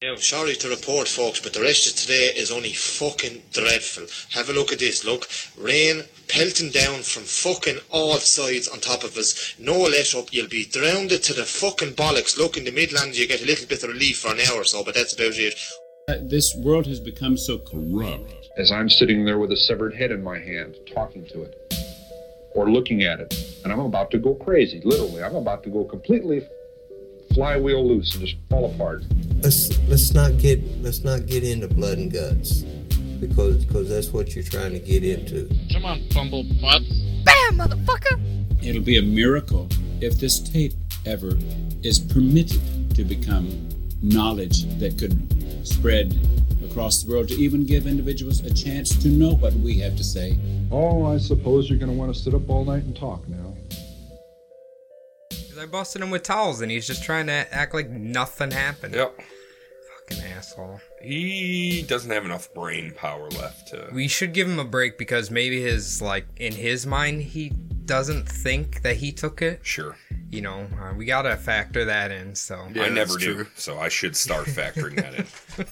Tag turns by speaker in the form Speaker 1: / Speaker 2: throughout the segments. Speaker 1: do.
Speaker 2: Sorry to report, folks, but the rest of today is only fucking dreadful. Have a look at this. Look, rain pelting down from fucking all sides on top of us. No let up. You'll be drowned to the fucking bollocks. Look, in the Midlands, you get a little bit of relief for an hour or so, but that's about it.
Speaker 3: Uh, This world has become so corrupt.
Speaker 4: as I'm sitting there with a severed head in my hand, talking to it or looking at it. And I'm about to go crazy, literally. I'm about to go completely flywheel loose and just fall apart.
Speaker 5: let's let's not get let's not get into blood and guts because because that's what you're trying to get into.
Speaker 6: Come on, bumble butt.
Speaker 7: Bam, motherfucker!
Speaker 3: It'll be a miracle if this tape ever is permitted to become knowledge that could spread across the world to even give individuals a chance to know what we have to say.
Speaker 4: Oh, I suppose you're going to want to sit up all night and talk now.
Speaker 8: 'Cause I busted him with towels and he's just trying to act like nothing happened.
Speaker 9: Yep.
Speaker 8: Fucking asshole.
Speaker 9: He doesn't have enough brain power left to.
Speaker 8: We should give him a break because maybe his, like, in his mind, he doesn't think that he took it.
Speaker 9: sure.
Speaker 8: You know, uh, we gotta factor that in. So,
Speaker 9: I never
Speaker 6: that's
Speaker 9: do.
Speaker 6: true.
Speaker 9: So I should start factoring that in.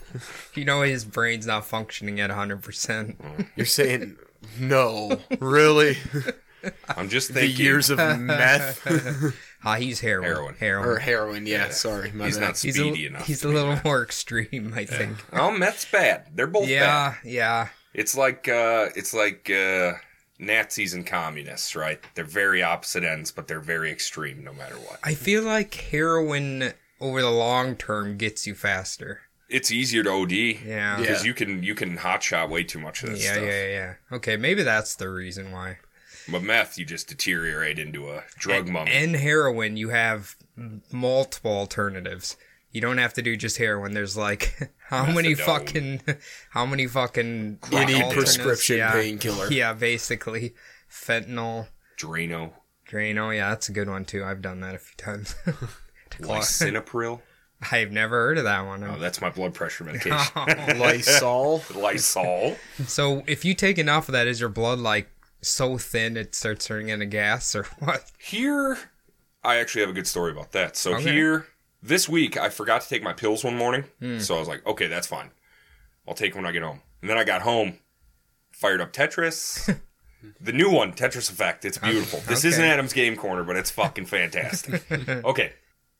Speaker 8: you know, his brain's not functioning at 100%.
Speaker 6: You're saying no, really?
Speaker 9: I'm just
Speaker 6: the
Speaker 9: thinking.
Speaker 6: years of meth
Speaker 8: Ah, he's heroin.
Speaker 9: Heroin.
Speaker 8: Heroin.
Speaker 6: or heroin? Yeah, sorry, my
Speaker 9: He's
Speaker 6: bad.
Speaker 9: not
Speaker 8: he's
Speaker 9: speedy
Speaker 8: a,
Speaker 9: enough.
Speaker 8: He's a little more extreme, I think.
Speaker 9: Oh, meth's bad. They're both bad.
Speaker 8: yeah, yeah.
Speaker 9: It's like uh, it's like uh, Nazis and communists, right? They're very opposite ends, but they're very extreme no matter what.
Speaker 8: I feel like heroin over the long term gets you faster.
Speaker 9: It's easier to OD.
Speaker 8: Yeah.
Speaker 9: Because
Speaker 6: Yeah.
Speaker 9: you can you can hotshot way too much of that
Speaker 8: yeah,
Speaker 9: stuff.
Speaker 8: yeah, yeah. Okay, maybe that's the reason why.
Speaker 9: But meth, you just deteriorate into a drug mummy.
Speaker 8: And heroin, you have m- multiple alternatives. You don't have to do just heroin. There's like how many
Speaker 9: Methadone.
Speaker 8: fucking, how many fucking
Speaker 6: Any
Speaker 8: alternatives?
Speaker 6: prescription
Speaker 8: Yeah.
Speaker 6: painkiller.
Speaker 8: Yeah, basically fentanyl,
Speaker 9: Drano,
Speaker 8: Drano. Yeah, that's a good one too. I've done that a few times. To clog-
Speaker 9: Lisinopril.
Speaker 8: I've never heard of that one.
Speaker 9: Oh, that's my blood pressure medication.
Speaker 6: Lysol.
Speaker 9: Lysol.
Speaker 8: So if you take enough of that, is your blood like so thin it starts turning into gas or what?
Speaker 9: Here, I actually have a good story about that. So
Speaker 8: Okay.
Speaker 9: here, this week, I forgot to take my pills one morning.
Speaker 8: Hmm.
Speaker 9: So I was like, okay, that's fine. I'll take them when I get home. And then I got home, fired up Tetris. the new one, Tetris Effect. It's beautiful. This
Speaker 8: okay.
Speaker 9: isn't Adam's Game Corner, but it's fucking fantastic. okay.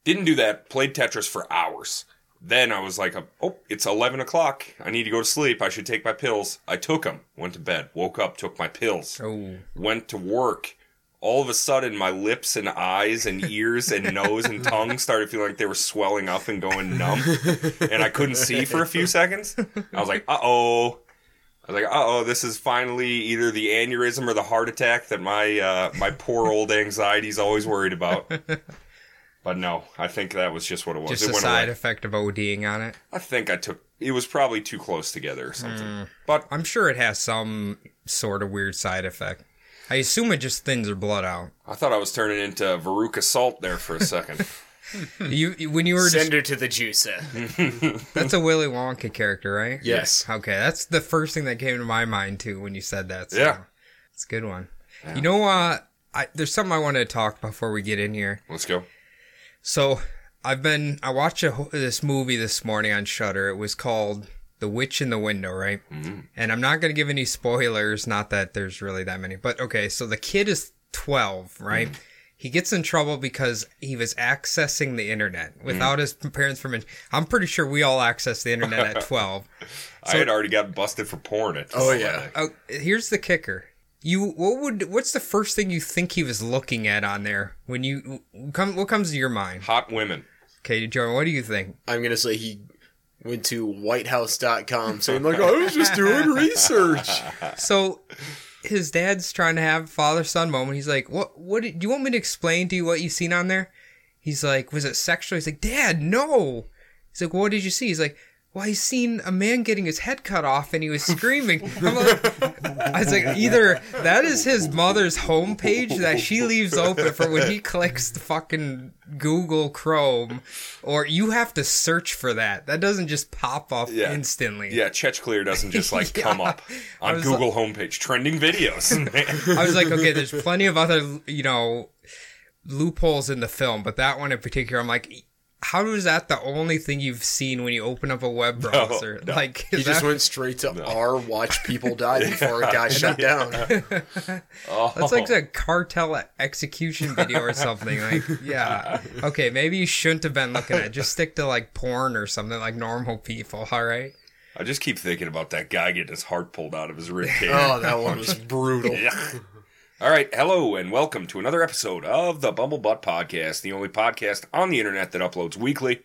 Speaker 9: Didn't do that. Played Tetris for hours. Then I was like, oh, it's 11 o'clock. I need to go to sleep. I should take my pills. I took them. Went to bed. Woke up. Took my pills
Speaker 8: Oh,
Speaker 9: went to work, all of a sudden my lips and eyes and ears and nose and tongue started feeling like they were swelling up and going numb. And I couldn't see for a few seconds. I was like, uh oh. I was like, uh oh, this is finally either the aneurysm or the heart attack that my uh, my poor old anxiety's always worried about. But no, I think that was just what it was.
Speaker 8: just
Speaker 9: it
Speaker 8: a
Speaker 9: went
Speaker 8: side
Speaker 9: away.
Speaker 8: effect of ODing on it.
Speaker 9: I think I took it was probably too close together or something.
Speaker 8: Mm.
Speaker 9: But
Speaker 8: I'm sure it has some sort of weird side effect. I assume it just thins your blood out.
Speaker 9: I thought I was turning into Veruca Salt there for a second.
Speaker 8: You you- when you were just,
Speaker 6: Send her to the juicer.
Speaker 8: that's a Willy Wonka character, right?
Speaker 6: Yes.
Speaker 8: Okay, that's the first thing that came to my mind too when you said that. so
Speaker 9: Yeah.
Speaker 8: it's a good one. You know, uh, I, there's something I wanted to talk before we get in here.
Speaker 9: Let's go.
Speaker 8: So I've been I watched a, ho- this movie this morning on Shutter. It was called The Witch in the Window, right? mm And I'm not gonna give any spoilers. Not that there's really that many, but okay. So the kid is 12, right? He gets in trouble because he was accessing the internet without his parents' permission. I'm pretty sure we all access the internet at 12.
Speaker 9: I had already got busted for porn at.
Speaker 6: Oh, yeah.
Speaker 8: Oh, here's the kicker. You what would what's the first thing you think he was looking at on there when you come what comes to your mind?
Speaker 9: hot women.
Speaker 8: Okay, Jordan, what do you think?
Speaker 6: I'm gonna say he went to WhiteHouse.com saying like, I was just doing research.
Speaker 8: so his dad's trying to have father son moment. He's like, "What? What? Did, do you want me to explain to you what you seen on there?" He's like, "Was it sexual?" He's like, "Dad, no." He's like, "What did you see?" He's like, "Well, I seen a man getting his head cut off and he was screaming." I'm like, I was like, either that is his mother's homepage that she leaves open for when he clicks the fucking Google Chrome, or you have to search for that. That doesn't just pop up
Speaker 9: Yeah.
Speaker 8: instantly.
Speaker 9: Yeah, Chech Clear doesn't just like
Speaker 8: Yeah.
Speaker 9: come up
Speaker 8: I
Speaker 9: on
Speaker 8: was
Speaker 9: Google homepage trending videos.
Speaker 8: I was like, okay, there's plenty of other, you know, loopholes in the film, but that one in particular, I'm like, how is that the only thing you've seen when you open up a web
Speaker 9: No,
Speaker 8: browser?
Speaker 9: no.
Speaker 8: Like,
Speaker 6: He
Speaker 8: is
Speaker 6: just
Speaker 8: that-
Speaker 6: went straight to R watch people die before it got shut down.
Speaker 9: Oh,
Speaker 8: That's like a cartel execution video or something. Like, yeah. Okay, maybe you shouldn't have been looking at. it. Just stick to like porn or something like normal people. All right.
Speaker 9: I just keep thinking about that guy getting his heart pulled out of his rib cage.
Speaker 6: Oh, that one was brutal.
Speaker 9: Yeah. All right, hello and welcome to another episode of the Bumble Butt Podcast, the only podcast on the internet that uploads weekly.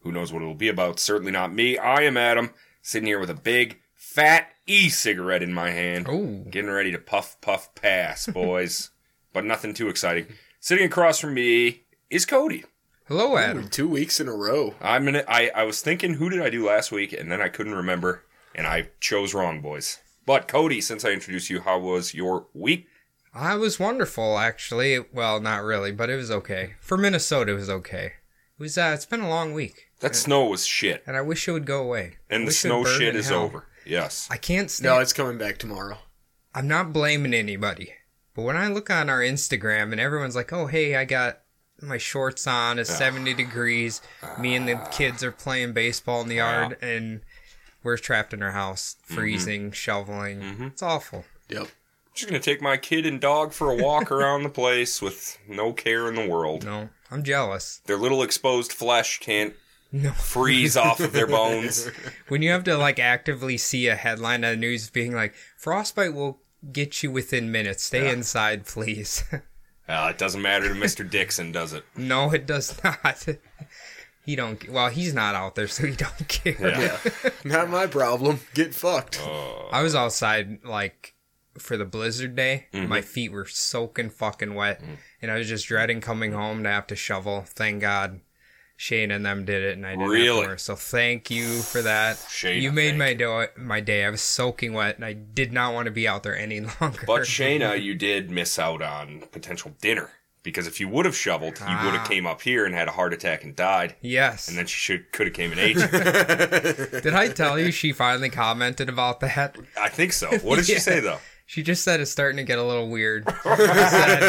Speaker 9: Who knows what it'll be about? Certainly not me. I am Adam, sitting here with a big fat e-cigarette in my hand,
Speaker 8: Ooh.
Speaker 9: getting ready to puff, puff, pass, boys. but nothing too exciting. Sitting across from me is Cody.
Speaker 8: Hello, Adam.
Speaker 6: Two weeks in a row.
Speaker 9: I'm gonna. I I was thinking, who did I do last week, and then I couldn't remember, and I chose wrong, boys. But Cody, since I introduced you, how was your week?
Speaker 8: I was wonderful, actually. Well, not really, but it was okay. For Minnesota, it was okay. It was. Uh, it's been a long week,
Speaker 9: That snow was shit.
Speaker 8: and I wish it would go away.
Speaker 9: And the
Speaker 8: Wish it
Speaker 9: snow
Speaker 8: would burn
Speaker 9: shit
Speaker 8: in
Speaker 9: is
Speaker 8: hell.
Speaker 9: over. Yes.
Speaker 8: I can't stand.
Speaker 6: No, it's coming back tomorrow.
Speaker 8: I'm not blaming anybody, but when I look on our Instagram and everyone's like, "Oh, hey, I got my shorts on.
Speaker 9: Ah.
Speaker 8: It's 70 degrees. Me and the kids are playing baseball in the
Speaker 9: Ah.
Speaker 8: yard, and we're trapped in our house,
Speaker 9: Mm-hmm.
Speaker 8: freezing, shoveling. It's awful."
Speaker 6: Yep.
Speaker 9: I'm just going to take my kid and dog for a walk around the place with no care in the world.
Speaker 8: No, I'm jealous.
Speaker 9: Their little exposed flesh can't
Speaker 8: No,
Speaker 9: freeze off of their bones.
Speaker 8: when you have to like actively see a headline on the news being like, "Frostbite will get you within minutes. Stay inside, please."
Speaker 9: Uh, it doesn't matter to Mr. Dixon, does it?
Speaker 8: no, it does not. he don't. ca- Well, he's not out there, so he don't care.
Speaker 9: Yeah.
Speaker 6: Not my problem. Get fucked.
Speaker 8: I was outside like for the blizzard day.
Speaker 9: Mm-hmm.
Speaker 8: My feet were soaking fucking wet,
Speaker 9: Mm.
Speaker 8: and I was just dreading coming home to have to shovel. Thank God, Shane and them did it, and I didn't. have to
Speaker 9: Really?
Speaker 8: work. So thank you for that.
Speaker 9: Shane,
Speaker 8: you
Speaker 9: I
Speaker 8: made my do- my day. I was soaking wet, and I did not want to be out there any longer.
Speaker 9: But Shayna, you did miss out on potential dinner. Because if you would have shoveled, you would have came up here and had a heart attack and died.
Speaker 8: yes,
Speaker 9: And then she should could have came and ate you.
Speaker 8: did I tell you she finally commented about that?
Speaker 9: I think so. What did she
Speaker 8: Yeah.
Speaker 9: say, though?
Speaker 8: She just said it's starting to get a little weird. She said,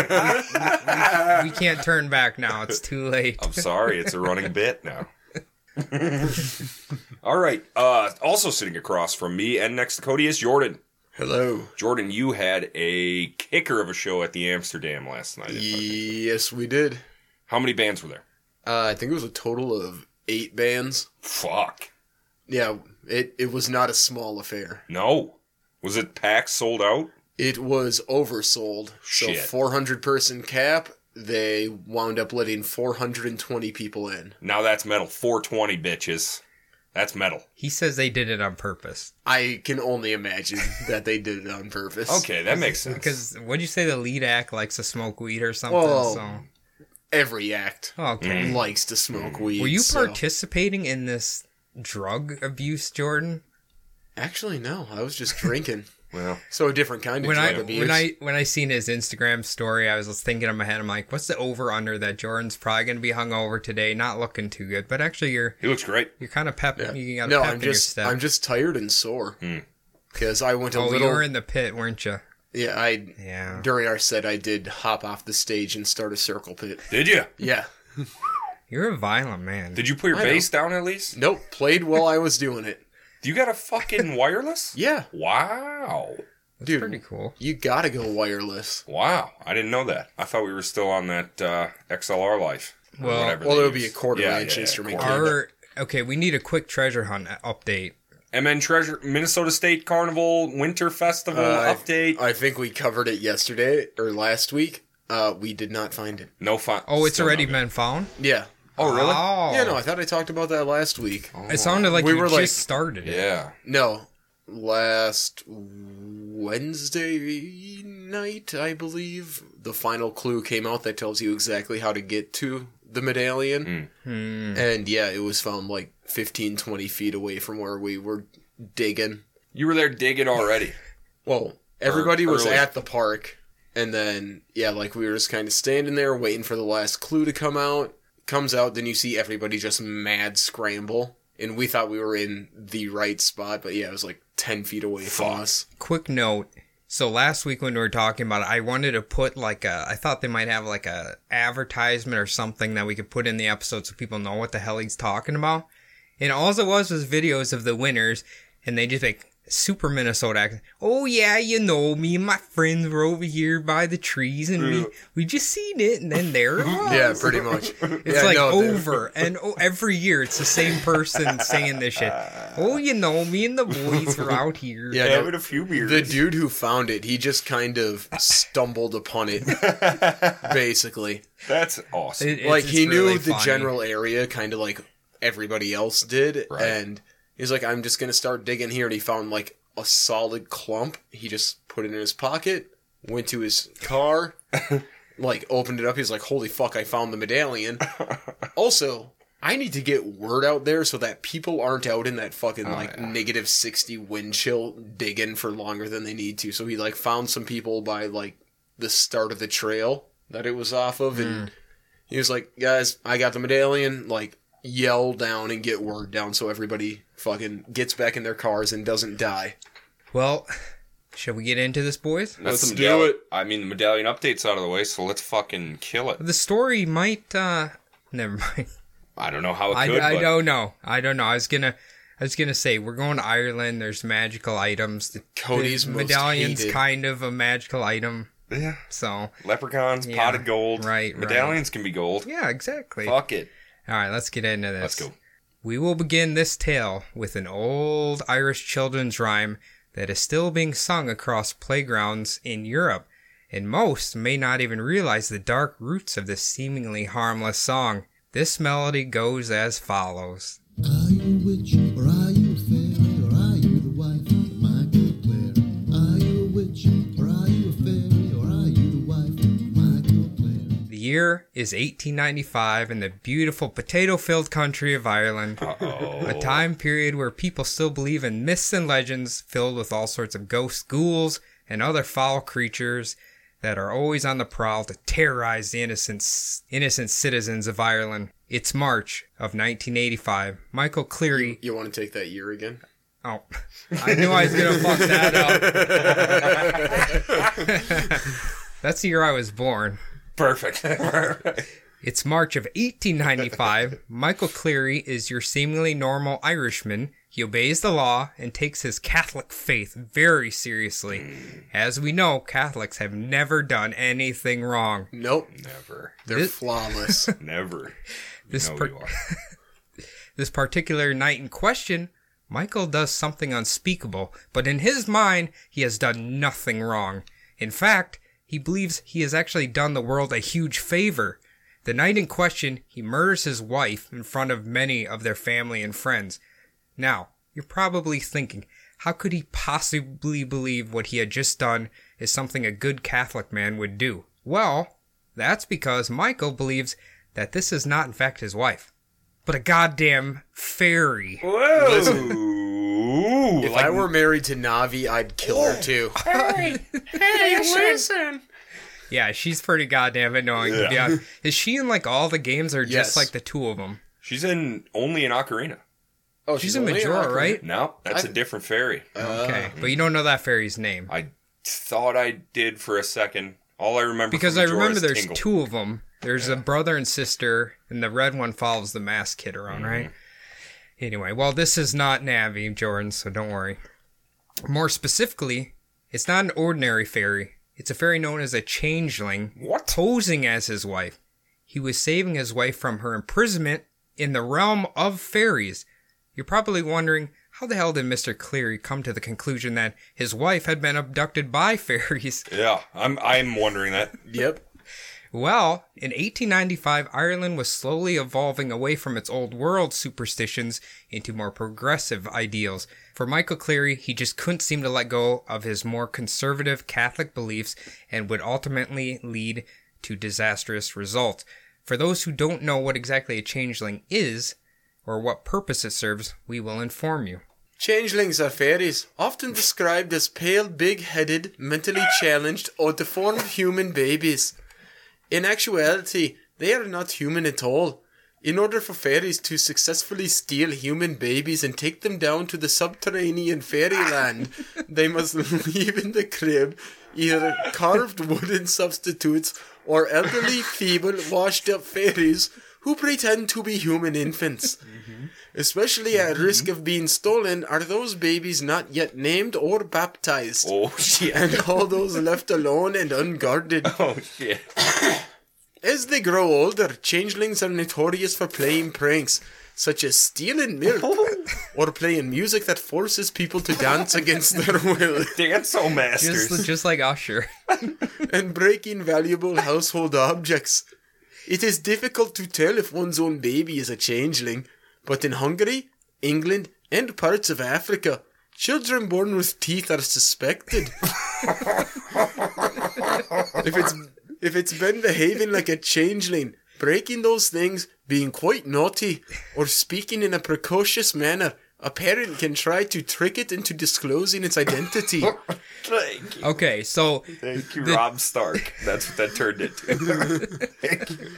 Speaker 8: we, we can't turn back now. It's too late.
Speaker 9: I'm sorry, it's a running bit now. All right. Uh, also sitting across from me and next to Cody is Jordan.
Speaker 6: Hello.
Speaker 9: Jordan, you had a kicker of a show at the Amsterdam last night.
Speaker 6: Yes, we did.
Speaker 9: How many bands were there?
Speaker 6: Uh, I think it was a total of eight bands.
Speaker 9: Fuck.
Speaker 6: Yeah, it, it was not a small affair.
Speaker 9: No. Was it packed, sold out?
Speaker 6: It was oversold. So
Speaker 9: Shit.
Speaker 6: 400 person cap. They wound up letting 420 people in.
Speaker 9: Now that's metal. 420, bitches. That's metal.
Speaker 8: He says they did it on purpose.
Speaker 6: I can only imagine that they did it on purpose.
Speaker 9: Okay, that makes sense.
Speaker 8: Because what'd you say the lead act likes to smoke weed or something?
Speaker 6: Well,
Speaker 8: so oh,
Speaker 6: Every act
Speaker 8: okay.
Speaker 6: likes to smoke weed.
Speaker 8: Mm. Were you
Speaker 6: so-
Speaker 8: participating in this drug abuse, Jordan?
Speaker 6: Actually, no. I was just drinking.
Speaker 9: well,
Speaker 6: so a different kind of
Speaker 8: When I
Speaker 6: drug abuse.
Speaker 8: when I when I seen his Instagram story, I was just thinking in my head, I'm like, what's the over under that Jordan's probably gonna be hungover today, not looking too good. But actually, you're
Speaker 9: he looks great.
Speaker 8: you're kind of pep. You got a
Speaker 6: no,
Speaker 8: pep
Speaker 6: I'm
Speaker 8: in your
Speaker 6: just
Speaker 8: step. Mm.
Speaker 6: I'm just tired and sore because I went a
Speaker 8: oh,
Speaker 6: little.
Speaker 8: you were in the pit, weren't you?
Speaker 6: yeah, I
Speaker 8: Yeah.
Speaker 6: during our set I did hop off the stage and start a circle pit.
Speaker 9: Did you?
Speaker 6: Yeah,
Speaker 8: You're a violent man.
Speaker 9: Did you put your
Speaker 6: know.
Speaker 9: bass down at least?
Speaker 6: nope, played while I was doing it.
Speaker 9: You got a fucking wireless?
Speaker 6: Yeah,
Speaker 9: Wow.
Speaker 6: dude,
Speaker 8: Pretty cool.
Speaker 6: you gotta go wireless.
Speaker 9: Wow, I didn't know that. I thought we were still on that uh, XLR life. or
Speaker 8: Well-
Speaker 9: whatever
Speaker 6: Well,
Speaker 9: they
Speaker 6: it would be a
Speaker 9: use.
Speaker 6: quarter
Speaker 9: Yeah,
Speaker 6: inch
Speaker 9: yeah,
Speaker 6: instrument.
Speaker 9: quarter.
Speaker 6: kit.
Speaker 8: Our okay, we need a quick treasure hunt update.
Speaker 9: MN Treasure, Minnesota State Carnival Winter Festival
Speaker 6: Uh,
Speaker 9: update.
Speaker 6: I think we covered it yesterday or last week. Uh, we did not find it.
Speaker 9: no fun.
Speaker 8: Oh, it's
Speaker 9: still
Speaker 8: already
Speaker 9: not
Speaker 8: been found.
Speaker 6: Yeah.
Speaker 9: good. Oh, really?
Speaker 8: Oh.
Speaker 6: Yeah, no, I thought I talked about that last week.
Speaker 8: It sounded like
Speaker 6: We
Speaker 8: you
Speaker 6: were,
Speaker 8: just
Speaker 6: like-
Speaker 8: started it.
Speaker 9: Yeah.
Speaker 6: No, last Wednesday night, I believe, the final clue came out that tells you exactly how to get to the medallion. And yeah, it was found like 15, 20 feet away from where we were digging.
Speaker 9: You were there digging already.
Speaker 6: Well, everybody was
Speaker 9: early.
Speaker 6: at the park, and then yeah, like we were just kind of standing there waiting for the last clue to come out. Comes out, then you see everybody just mad scramble, and we thought we were in the right spot, but yeah, it was like ten feet away from us.
Speaker 8: Quick note: So last week when we were talking about it, I wanted to put like a I thought they might have like a advertisement or something that we could put in the episode so people know what the hell he's talking about. And all it was was videos of the winners and they just like super Minnesota accent. Oh yeah, you know, me and my friends were over here by the trees and we we just seen it and then there it was.
Speaker 6: Yeah, pretty much.
Speaker 8: It's like over and oh, every year it's the same person saying this shit. Oh, you know, me and the boys were out here.
Speaker 6: Yeah, no,
Speaker 9: Having a few beers.
Speaker 6: The dude who found it, he just kind of stumbled upon it, basically.
Speaker 9: That's awesome.
Speaker 8: It- it's-
Speaker 6: like he
Speaker 8: it's
Speaker 6: knew
Speaker 8: really
Speaker 6: the
Speaker 8: funny.
Speaker 6: general area, kind of like everybody else did,
Speaker 9: Right.
Speaker 6: and he's like, "I'm just gonna start digging here," and he found like a solid clump. He just put it in his pocket, went to his car, like opened it up. He's like, "Holy fuck! I found the medallion." also. I need to get word out there so that people aren't out in that fucking like negative 60 wind chill digging for longer than they need to. So he like found some people by like the start of the trail that it was off of and he was like, guys, I got the medallion. Like, yell down and get word down so everybody fucking gets back in their cars and doesn't die.
Speaker 8: Well, shall we get into this, boys?
Speaker 9: That's
Speaker 6: Let's
Speaker 9: the
Speaker 6: do
Speaker 9: medallion-
Speaker 6: it.
Speaker 9: I mean, the medallion update's out of the way, so let's fucking kill it.
Speaker 8: The story might. uh Never mind.
Speaker 9: I don't know how it
Speaker 8: I,
Speaker 9: could,
Speaker 8: I
Speaker 9: but
Speaker 8: don't know. I don't know. I was gonna. I was gonna say we're going to Ireland. There's magical items. The
Speaker 6: Cody's
Speaker 8: the
Speaker 6: most
Speaker 8: medallion's
Speaker 6: hated.
Speaker 8: kind of a magical item.
Speaker 9: Yeah.
Speaker 8: So
Speaker 9: leprechauns,
Speaker 8: Yeah,
Speaker 9: potted gold,
Speaker 8: right, right.
Speaker 9: Medallions can be gold.
Speaker 8: yeah, exactly.
Speaker 9: Fuck it.
Speaker 8: All right, let's get into this.
Speaker 9: Let's go.
Speaker 8: We will begin this tale with an old Irish children's rhyme that is still being sung across playgrounds in Europe, and most may not even realize the dark roots of this seemingly harmless song. This melody goes as follows.
Speaker 1: Are you a witch, or are you a fairy, or are you the wife of Michael Blair? Are you a witch, or are you a fairy, or are you the wife of Michael Blair?
Speaker 8: The year is 1895 in the beautiful potato filled country of Ireland.
Speaker 9: Uh-oh.
Speaker 8: A time period where people still believe in myths and legends filled with all sorts of ghosts, ghouls, and other foul creatures that are always on the prowl to terrorize the innocent, innocent citizens of Ireland. It's March of 1985. Michael Cleary.
Speaker 6: You want to take that year again?
Speaker 8: Oh, I knew I was going to fuck that up. That's the year I was born.
Speaker 9: Perfect. Perfect.
Speaker 8: It's March of 1895. Michael Cleary is your seemingly normal Irishman. He obeys the law and takes his Catholic faith very seriously. As we know, Catholics have never done anything wrong.
Speaker 6: Nope.
Speaker 9: Never.
Speaker 6: They're
Speaker 8: This-
Speaker 6: flawless.
Speaker 9: Never.
Speaker 8: This
Speaker 9: no,
Speaker 8: per-
Speaker 9: you are.
Speaker 8: This particular night in question, Michael does something unspeakable, but in his mind, he has done nothing wrong. In fact, he believes he has actually done the world a huge favor. The night in question, he murders his wife in front of many of their family and friends. Now, you're probably thinking, how could he possibly believe what he had just done is something a good Catholic man would do? Well, that's because Michael believes that this is not, in fact, his wife, but a goddamn fairy.
Speaker 9: Whoa.
Speaker 6: if
Speaker 9: like,
Speaker 6: I were married to Navi, I'd kill
Speaker 8: Oh.
Speaker 6: her too.
Speaker 8: Yeah, she's pretty goddamn annoying. To be
Speaker 9: Yeah.
Speaker 8: honest. Is she in like all the games, or
Speaker 6: Yes.
Speaker 8: just like the two of them?
Speaker 9: she's in only an ocarina.
Speaker 6: Oh,
Speaker 8: She's, a Majora, right?
Speaker 9: No, that's a
Speaker 6: I-
Speaker 9: different fairy.
Speaker 6: Uh,
Speaker 8: okay, but you don't know that fairy's name
Speaker 9: I thought I did for a second. All I remember
Speaker 8: because
Speaker 9: from
Speaker 8: I
Speaker 9: Majora's
Speaker 8: remember there's
Speaker 9: Tingle.
Speaker 8: two of them. There's a brother and sister, and the red one follows the masked kid around, right?
Speaker 9: Mm-hmm.
Speaker 8: Anyway, well, this is not Navi Jordan, so don't worry. More specifically, it's not an ordinary fairy. It's a fairy known as a changeling
Speaker 9: What?
Speaker 8: posing as his wife. He was saving his wife from her imprisonment in the realm of fairies. You're probably wondering how the hell did Mr. Cleary come to the conclusion that his wife had been abducted by fairies?
Speaker 9: Yeah, I'm I'm wondering that.
Speaker 6: Yep.
Speaker 8: Well, in 1895, Ireland was slowly evolving away from its old world superstitions into more progressive ideals. For Michael Cleary, he just couldn't seem to let go of his more conservative Catholic beliefs and would ultimately lead to disastrous results. For those who don't know what exactly a changeling is or what purpose it serves, we will inform you.
Speaker 6: Changelings are fairies, often described as pale, big headed, mentally challenged, or deformed human babies. In actuality, they are not human at all. In order for fairies to successfully steal human babies and take them down to the subterranean fairyland, they must leave in the crib either carved wooden substitutes or elderly, feeble, washed up fairies who pretend to be human infants. Especially at risk of being stolen are those babies not yet named or baptized,
Speaker 9: Oh shit!
Speaker 6: and all those left alone and unguarded.
Speaker 9: Oh shit!
Speaker 6: As they grow older, changelings are notorious for playing pranks, such as stealing milk or playing music that forces people to dance against their will
Speaker 9: Danzo oh, masters.
Speaker 8: Just, just like Usher.
Speaker 6: and breaking valuable household objects. It is difficult to tell if one's own baby is a changeling, but in Hungary, England, and parts of Africa, children born with teeth are suspected. if it's if it's been behaving like a changeling, breaking those things, being quite naughty, or speaking in a precocious manner, a parent can try to trick it into disclosing its identity.
Speaker 9: Thank you,
Speaker 8: Okay, so
Speaker 9: Thank you Rob Stark. That's what that turned into.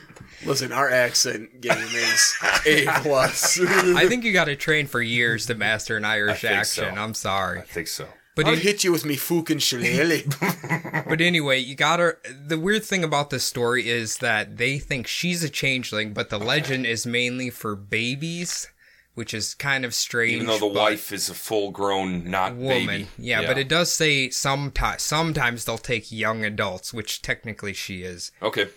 Speaker 6: Listen, our accent game is A plus. I'll
Speaker 8: I think you got to train for years to master an Irish
Speaker 9: think
Speaker 8: accent.
Speaker 9: so. Oh,
Speaker 8: I'm
Speaker 9: I
Speaker 8: sorry,
Speaker 9: think so.
Speaker 8: but it,
Speaker 6: hit you with me fucking shillelagh.
Speaker 8: but anyway, you got to. The weird thing about this story is that they think she's a changeling, but the legend is mainly for babies, which is kind of strange.
Speaker 9: Even though the
Speaker 8: but-
Speaker 9: wife is a full-grown not
Speaker 8: woman.
Speaker 9: baby.
Speaker 8: Yeah, but it does say sometimes sometimes they'll take young adults, which technically she is.
Speaker 9: Okay.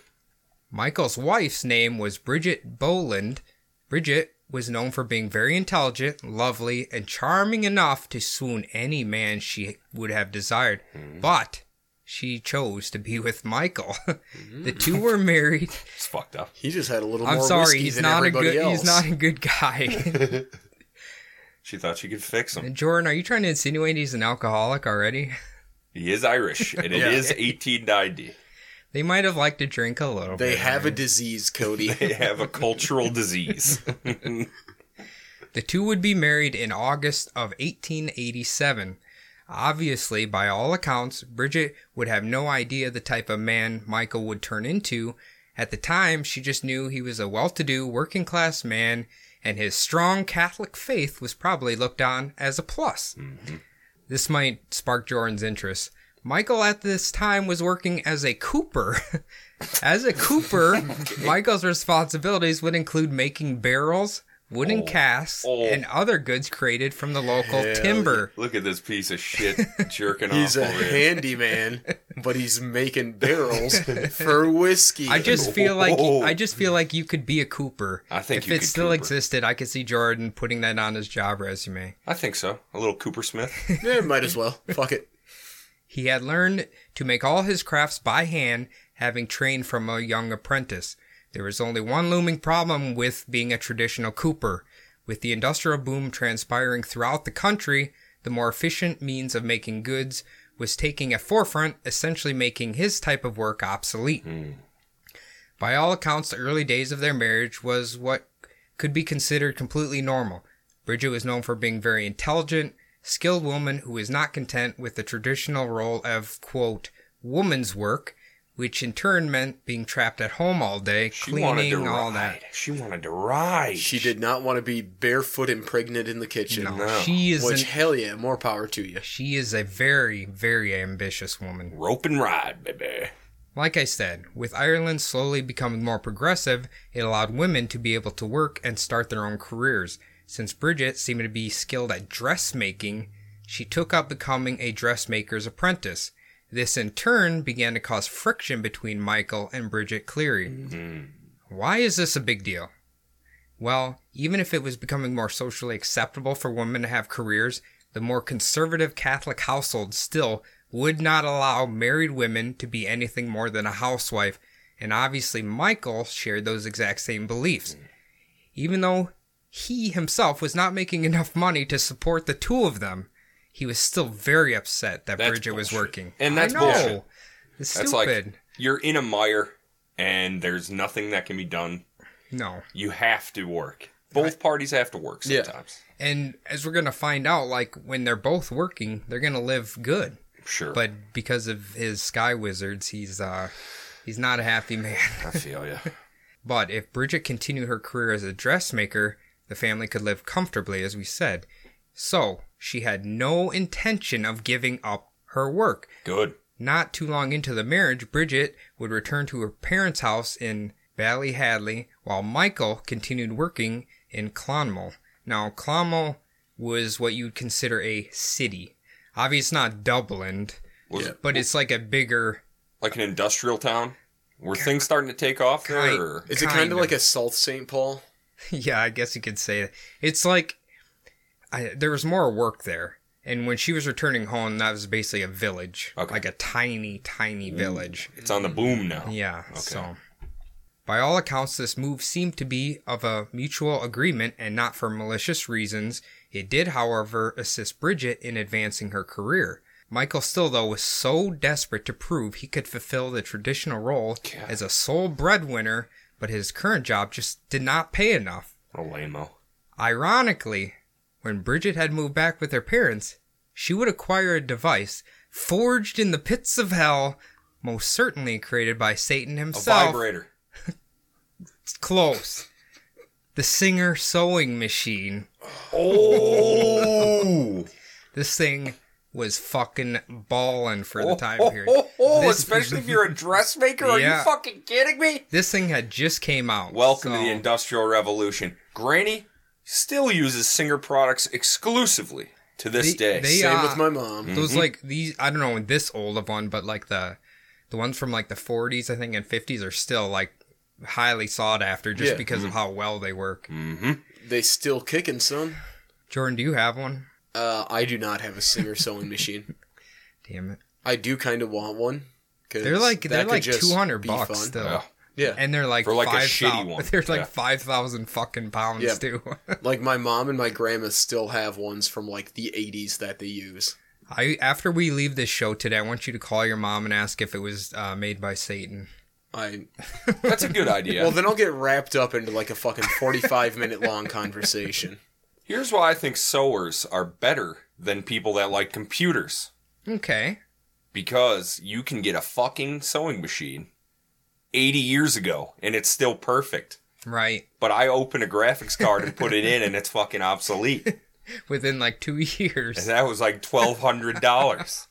Speaker 8: Michael's wife's name was Bridget Boland. Bridget was known for being very intelligent, lovely, and charming enough to swoon any man she would have desired.
Speaker 6: Mm-hmm.
Speaker 8: But she chose to be with Michael. the two were married.
Speaker 9: It's fucked up.
Speaker 6: He just had a little Mm-hmm.
Speaker 8: I'm
Speaker 6: more
Speaker 8: sorry,
Speaker 6: whiskey
Speaker 8: he's
Speaker 6: than
Speaker 8: not a
Speaker 6: everybody
Speaker 8: good
Speaker 6: else.
Speaker 8: he's not a good guy.
Speaker 9: She thought she could fix him.
Speaker 8: Jordan, are you trying to insinuate he's an alcoholic already?
Speaker 9: He is Irish, and it is
Speaker 6: Yeah.
Speaker 9: 1890.
Speaker 8: They might have liked to drink a little bit.
Speaker 6: They have a disease, Cody.
Speaker 9: They have a cultural disease.
Speaker 8: The two would be married in August of 1887. Obviously, by all accounts, Bridget would have no idea the type of man Michael would turn into. At the time, she just knew he was a well to do working class man, and his strong Catholic faith was probably looked on as a plus. This might spark Jordan's interest. Michael at this time was working as a cooper. as a cooper, Michael's responsibilities would include making barrels, wooden casks,
Speaker 9: Oh.
Speaker 8: and other goods created from the local timber.
Speaker 9: Look at this piece of shit jerking
Speaker 6: He's
Speaker 9: off
Speaker 6: a
Speaker 9: over here.
Speaker 6: handyman, but he's making barrels for whiskey.
Speaker 8: I just feel like
Speaker 9: Oh.
Speaker 8: I just feel like you could be a cooper.
Speaker 9: I think
Speaker 8: if
Speaker 9: you
Speaker 8: it
Speaker 9: could
Speaker 8: still
Speaker 9: cooper.
Speaker 8: existed, I could see Jordan putting that on his job resume.
Speaker 9: I think so. A little Cooper Smith.
Speaker 6: Yeah, might as well. Fuck it.
Speaker 8: He had learned to make all his crafts by hand, having trained from a young apprentice. There was only one looming problem with being a traditional cooper. With the industrial boom transpiring throughout the country, the more efficient means of making goods was taking a forefront, essentially making his type of work obsolete.
Speaker 9: Hmm.
Speaker 8: By all accounts, the early days of their marriage was what could be considered completely normal. Bridget was known for being very intelligent, skilled woman who was not content with the traditional role of, quote, woman's work, which in turn meant being trapped at home all day,
Speaker 9: She wanted to
Speaker 8: cleaning,
Speaker 9: ride.
Speaker 8: all that.
Speaker 9: She wanted to ride.
Speaker 6: She did not want to be barefoot and pregnant in the kitchen.
Speaker 8: No,
Speaker 9: No.
Speaker 8: she is
Speaker 6: Which,
Speaker 8: an,
Speaker 6: hell yeah, more power to you.
Speaker 8: she is a very, very ambitious woman.
Speaker 9: Rope and ride, baby.
Speaker 8: Like I said, with Ireland slowly becoming more progressive, it allowed women to be able to work and start their own careers. Since Bridget seemed to be skilled at dressmaking, she took up becoming a dressmaker's apprentice. This in turn began to cause friction between Michael and Bridget Cleary. Why is this a big deal? Well, even if it was becoming more socially acceptable for women to have careers, the more conservative Catholic household still would not allow married women to be anything more than a housewife, and obviously Michael shared those exact same beliefs. Even though he himself was not making enough money to support the two of them, he was still very upset that
Speaker 9: That's
Speaker 8: Bridget was
Speaker 9: bullshit.
Speaker 8: working.
Speaker 9: And that's
Speaker 8: I know.
Speaker 9: bullshit.
Speaker 8: It's
Speaker 9: That's
Speaker 8: stupid.
Speaker 9: like you're in a mire, and there's nothing that can be done.
Speaker 8: no.
Speaker 9: You have to work. Both parties have to work
Speaker 6: Yeah.
Speaker 9: sometimes.
Speaker 8: And as we're going to find out, like when they're both working, they're going to live good.
Speaker 9: Sure.
Speaker 8: But because of his sky wizards, he's uh he's not a happy man.
Speaker 9: I feel you.
Speaker 8: But if Bridget continued her career as a dressmaker, the family could live comfortably, as we said. So she had no intention of giving up her work.
Speaker 9: Good.
Speaker 8: Not too long into the marriage, Bridget would return to her parents' house in Ballyhadley, while Michael continued working in Clonmel. Now, Clonmel was what you'd consider a city. Obviously, it's not Dublin,
Speaker 9: Was it
Speaker 8: but it's like a bigger.
Speaker 9: like an industrial town? Were things starting to take off
Speaker 8: Kind-
Speaker 9: there? Or?
Speaker 6: Is it
Speaker 8: Kind
Speaker 6: kind of
Speaker 8: of.
Speaker 6: like a South St. Paul?
Speaker 8: Yeah, I guess you could say it. It's like I, there was more work there. And when she was returning home, that was basically a village,
Speaker 9: Okay.
Speaker 8: like a tiny, tiny village.
Speaker 9: It's on the boom now.
Speaker 8: mm, Yeah.
Speaker 9: Okay.
Speaker 8: So, by all accounts, this move seemed to be of a mutual agreement and not for malicious reasons. It did, however, assist Bridget in advancing her career. Michael still, though, was so desperate to prove he could fulfill the traditional role as a sole breadwinner, but his current job just did not pay enough.
Speaker 9: What a lameo.
Speaker 8: Ironically, when Bridget had moved back with her parents, she would acquire a device forged in the pits of hell, most certainly created by Satan
Speaker 9: A
Speaker 8: himself.
Speaker 9: vibrator.
Speaker 8: It's close. The Singer sewing machine.
Speaker 9: Oh,
Speaker 8: This thing was fucking ballin' for the time
Speaker 9: oh,
Speaker 8: period.
Speaker 9: oh, oh,
Speaker 8: This-
Speaker 9: especially if you're a dressmaker. Are
Speaker 8: Yeah.
Speaker 9: you fucking kidding me?
Speaker 8: This thing had just came out.
Speaker 9: Welcome to
Speaker 8: so-
Speaker 9: the Industrial Revolution. Granny still uses Singer products exclusively to this
Speaker 8: They-
Speaker 9: day.
Speaker 8: they-
Speaker 6: Same
Speaker 8: Yeah.
Speaker 6: with my mom.
Speaker 9: Mm-hmm.
Speaker 8: Those like these, I don't know this old of one, but like the the ones from like the 40s, I think, and 50s are still like highly sought after just
Speaker 6: Yeah.
Speaker 8: because
Speaker 9: Mm-hmm.
Speaker 8: of how well they work.
Speaker 6: They still kicking, son.
Speaker 8: Jordan, do you have one?
Speaker 6: Uh, I do not have a Singer sewing machine.
Speaker 8: Damn it!
Speaker 6: I do kind of want one. 'cause
Speaker 8: They're like
Speaker 6: that
Speaker 8: they're
Speaker 6: could
Speaker 8: like
Speaker 6: just
Speaker 8: two hundred
Speaker 6: be
Speaker 8: bucks
Speaker 6: fun.
Speaker 8: still,
Speaker 9: Yeah.
Speaker 6: Yeah,
Speaker 8: and they're like
Speaker 9: For, like, a
Speaker 8: five
Speaker 9: shitty
Speaker 8: thou-
Speaker 9: one.
Speaker 8: They're like
Speaker 9: Yeah.
Speaker 8: five thousand fucking pounds
Speaker 6: Yeah.
Speaker 8: too.
Speaker 6: like my mom and my grandma still have ones from like the '80s that they use.
Speaker 8: I after we leave this show today, I want you to call your mom and ask if it was uh, made by Satan.
Speaker 6: I
Speaker 9: That's a good idea.
Speaker 6: well, then I'll get wrapped up into like a fucking forty-five minute long conversation.
Speaker 9: Here's why I think sewers are better than people that like computers.
Speaker 8: Okay,
Speaker 9: because you can get a fucking sewing machine 80 years ago and it's still perfect.
Speaker 8: right
Speaker 9: But I open a graphics card and put it in and it's fucking obsolete.
Speaker 8: within like two
Speaker 9: And
Speaker 8: years.
Speaker 9: that was like $1,200.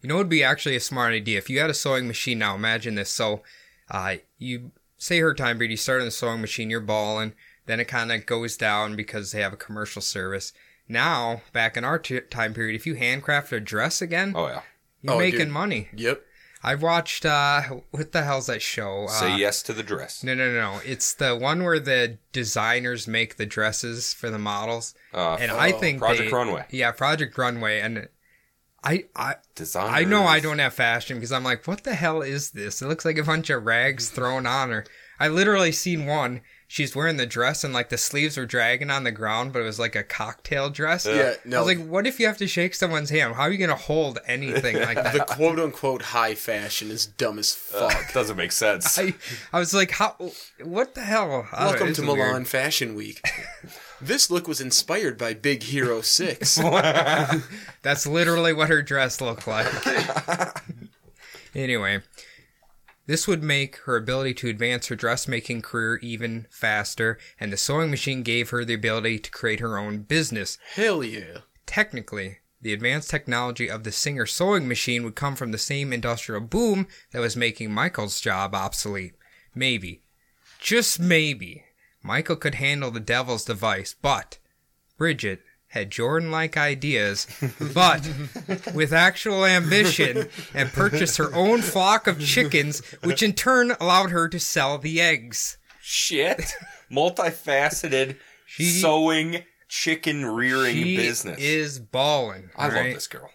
Speaker 8: You know, it'd be actually a smart idea if you had a sewing machine now. Imagine this: so, uh, you say her time period, you start on the sewing machine, you're balling, then it kind of goes down because they have a commercial service. Now, back in our t- time period, if you handcraft a dress again,
Speaker 9: Oh, yeah.
Speaker 8: you're
Speaker 6: Oh,
Speaker 8: making
Speaker 6: dude.
Speaker 8: money.
Speaker 6: Yep.
Speaker 8: I've watched uh, what the hell's that show? Uh,
Speaker 9: Say yes to the dress.
Speaker 8: No, no, no. It's the one where the designers make the dresses for the models,
Speaker 9: Uh,
Speaker 8: and I think
Speaker 9: Project
Speaker 8: they-
Speaker 9: Runway.
Speaker 8: Yeah, Project Runway, and I, I,
Speaker 9: Design.
Speaker 8: I know I don't have fashion because I'm like, what the hell is this? It looks like a bunch of rags thrown on her. I literally seen one. She's wearing the dress and like the sleeves were dragging on the ground, but it was like a cocktail dress.
Speaker 6: Yeah. No.
Speaker 8: I was like, what if you have to shake someone's hand? How are you gonna hold anything like that?
Speaker 6: the quote unquote high fashion is dumb as
Speaker 8: Uh,
Speaker 6: fuck.
Speaker 9: Doesn't make sense.
Speaker 8: I, I was like, how? What the hell? I don't know,
Speaker 6: Welcome
Speaker 8: it's
Speaker 6: to
Speaker 8: oh, weird.
Speaker 6: Milan Fashion Week. this look was inspired by Big Hero 6.
Speaker 8: That's literally what her dress looked like. anyway, this would make her ability to advance her dressmaking career even faster, and the sewing machine gave her the ability to create her own business.
Speaker 6: Hell yeah.
Speaker 8: Technically, the advanced technology of the Singer sewing machine would come from the same industrial boom that was making Michael's job obsolete. Maybe. Just maybe. Michael could handle the devil's device, but Bridget had Jordan like ideas, but with actual ambition and purchased her own flock of chickens, which in turn allowed her to sell the eggs.
Speaker 9: Shit. Multifaceted
Speaker 8: She-
Speaker 9: sewing chicken rearing
Speaker 8: She
Speaker 9: business.
Speaker 8: is ballin'.
Speaker 9: I love
Speaker 8: right?
Speaker 9: this girl.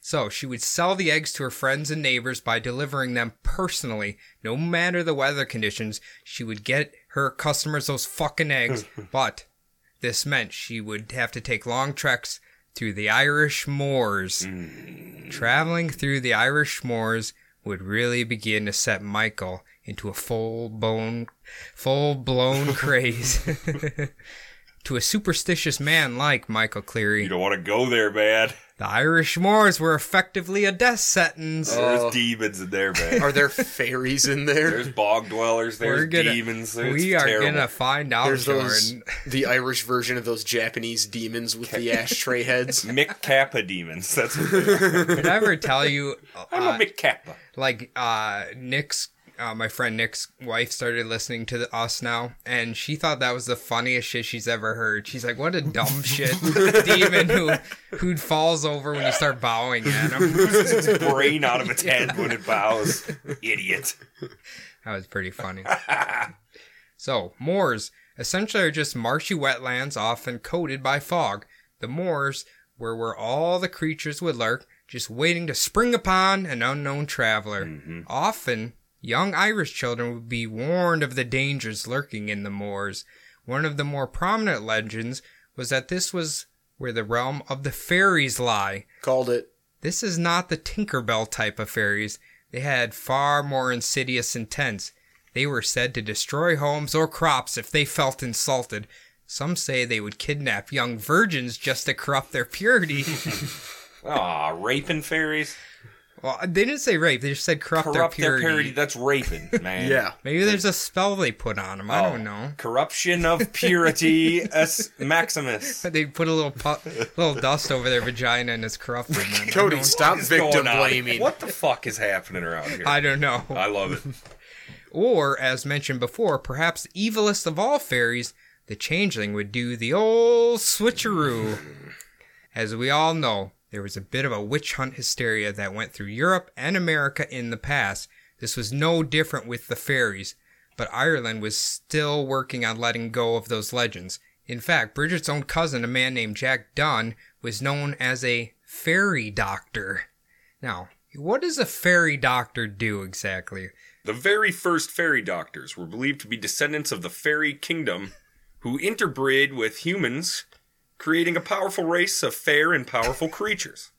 Speaker 8: So she would sell the eggs to her friends and neighbors by delivering them personally, no matter the weather conditions. She would get her customers those fucking eggs, but this meant she would have to take long treks through the Irish moors. Traveling through the Irish moors would really begin to set Michael into a full blown full blown craze. to a superstitious man like Michael
Speaker 9: You
Speaker 8: Cleary.
Speaker 9: don't want to go there, man.
Speaker 8: The Irish Moors were effectively a death sentence.
Speaker 9: There's demons in there, man.
Speaker 6: Are there fairies in there?
Speaker 9: There's bog dwellers. There's
Speaker 8: We're gonna-
Speaker 9: demons. There's
Speaker 8: we are
Speaker 9: terrible.
Speaker 8: gonna find out,
Speaker 6: There's those
Speaker 8: Jordan.
Speaker 6: the Irish version of those Japanese demons with the ashtray heads.
Speaker 9: Mick Kappa demons. That's what they are.
Speaker 8: Did I ever tell you, uh,
Speaker 9: I'm a Mick Kappa.
Speaker 8: like, uh, Nick's, uh, my friend Nick's wife started listening to the, us now, and she thought that was the funniest shit she's ever heard. She's like, "What a dumb shit demon who who falls over when you start bowing at him."
Speaker 9: Brain out of its head when it bows. Idiot.
Speaker 8: That was pretty funny. so, moors essentially are just marshy wetlands often coated by fog. The moors were where all the creatures would lurk, just waiting to spring upon an unknown traveler. Often, young Irish children would be warned of the dangers lurking in the moors. One of the more prominent legends was that this was where the realm of the fairies lie.
Speaker 6: Called it.
Speaker 8: This is not the Tinkerbell type of fairies. They had far more insidious intents. They were said to destroy homes or crops if they felt insulted. Some say they would kidnap young virgins just to corrupt their purity.
Speaker 9: Ah, raping fairies.
Speaker 8: well, they didn't say rape, they just said corrupt,
Speaker 9: Corrupt
Speaker 8: their,
Speaker 9: their
Speaker 8: purity.
Speaker 9: purity. That's raping, man.
Speaker 6: Yeah.
Speaker 8: Maybe there's a spell they put on them. I
Speaker 9: Oh.
Speaker 8: don't know.
Speaker 9: Corruption of purity, S- Maximus.
Speaker 8: They put a little pu- little dust over their vagina and it's corrupted. them. I
Speaker 6: Cody,
Speaker 8: don't-
Speaker 6: stop
Speaker 9: What's going
Speaker 6: victim
Speaker 9: on?
Speaker 6: blaming.
Speaker 9: What the fuck is happening around here?
Speaker 8: I don't know.
Speaker 9: I love it.
Speaker 8: Or, as mentioned before, perhaps the evilest of all fairies, the changeling would do the old switcheroo. As we all know, there was a bit of a witch hunt hysteria that went through Europe and America in the past. This was no different with the fairies, but Ireland was still working on letting go of those legends. In fact, Bridget's own cousin, a man named Jack Dunn, was known as a fairy doctor. Now, what does a fairy doctor do exactly?
Speaker 9: The very first fairy doctors were believed to be descendants of the fairy kingdom who interbred with humans, creating a powerful race of fair and powerful creatures.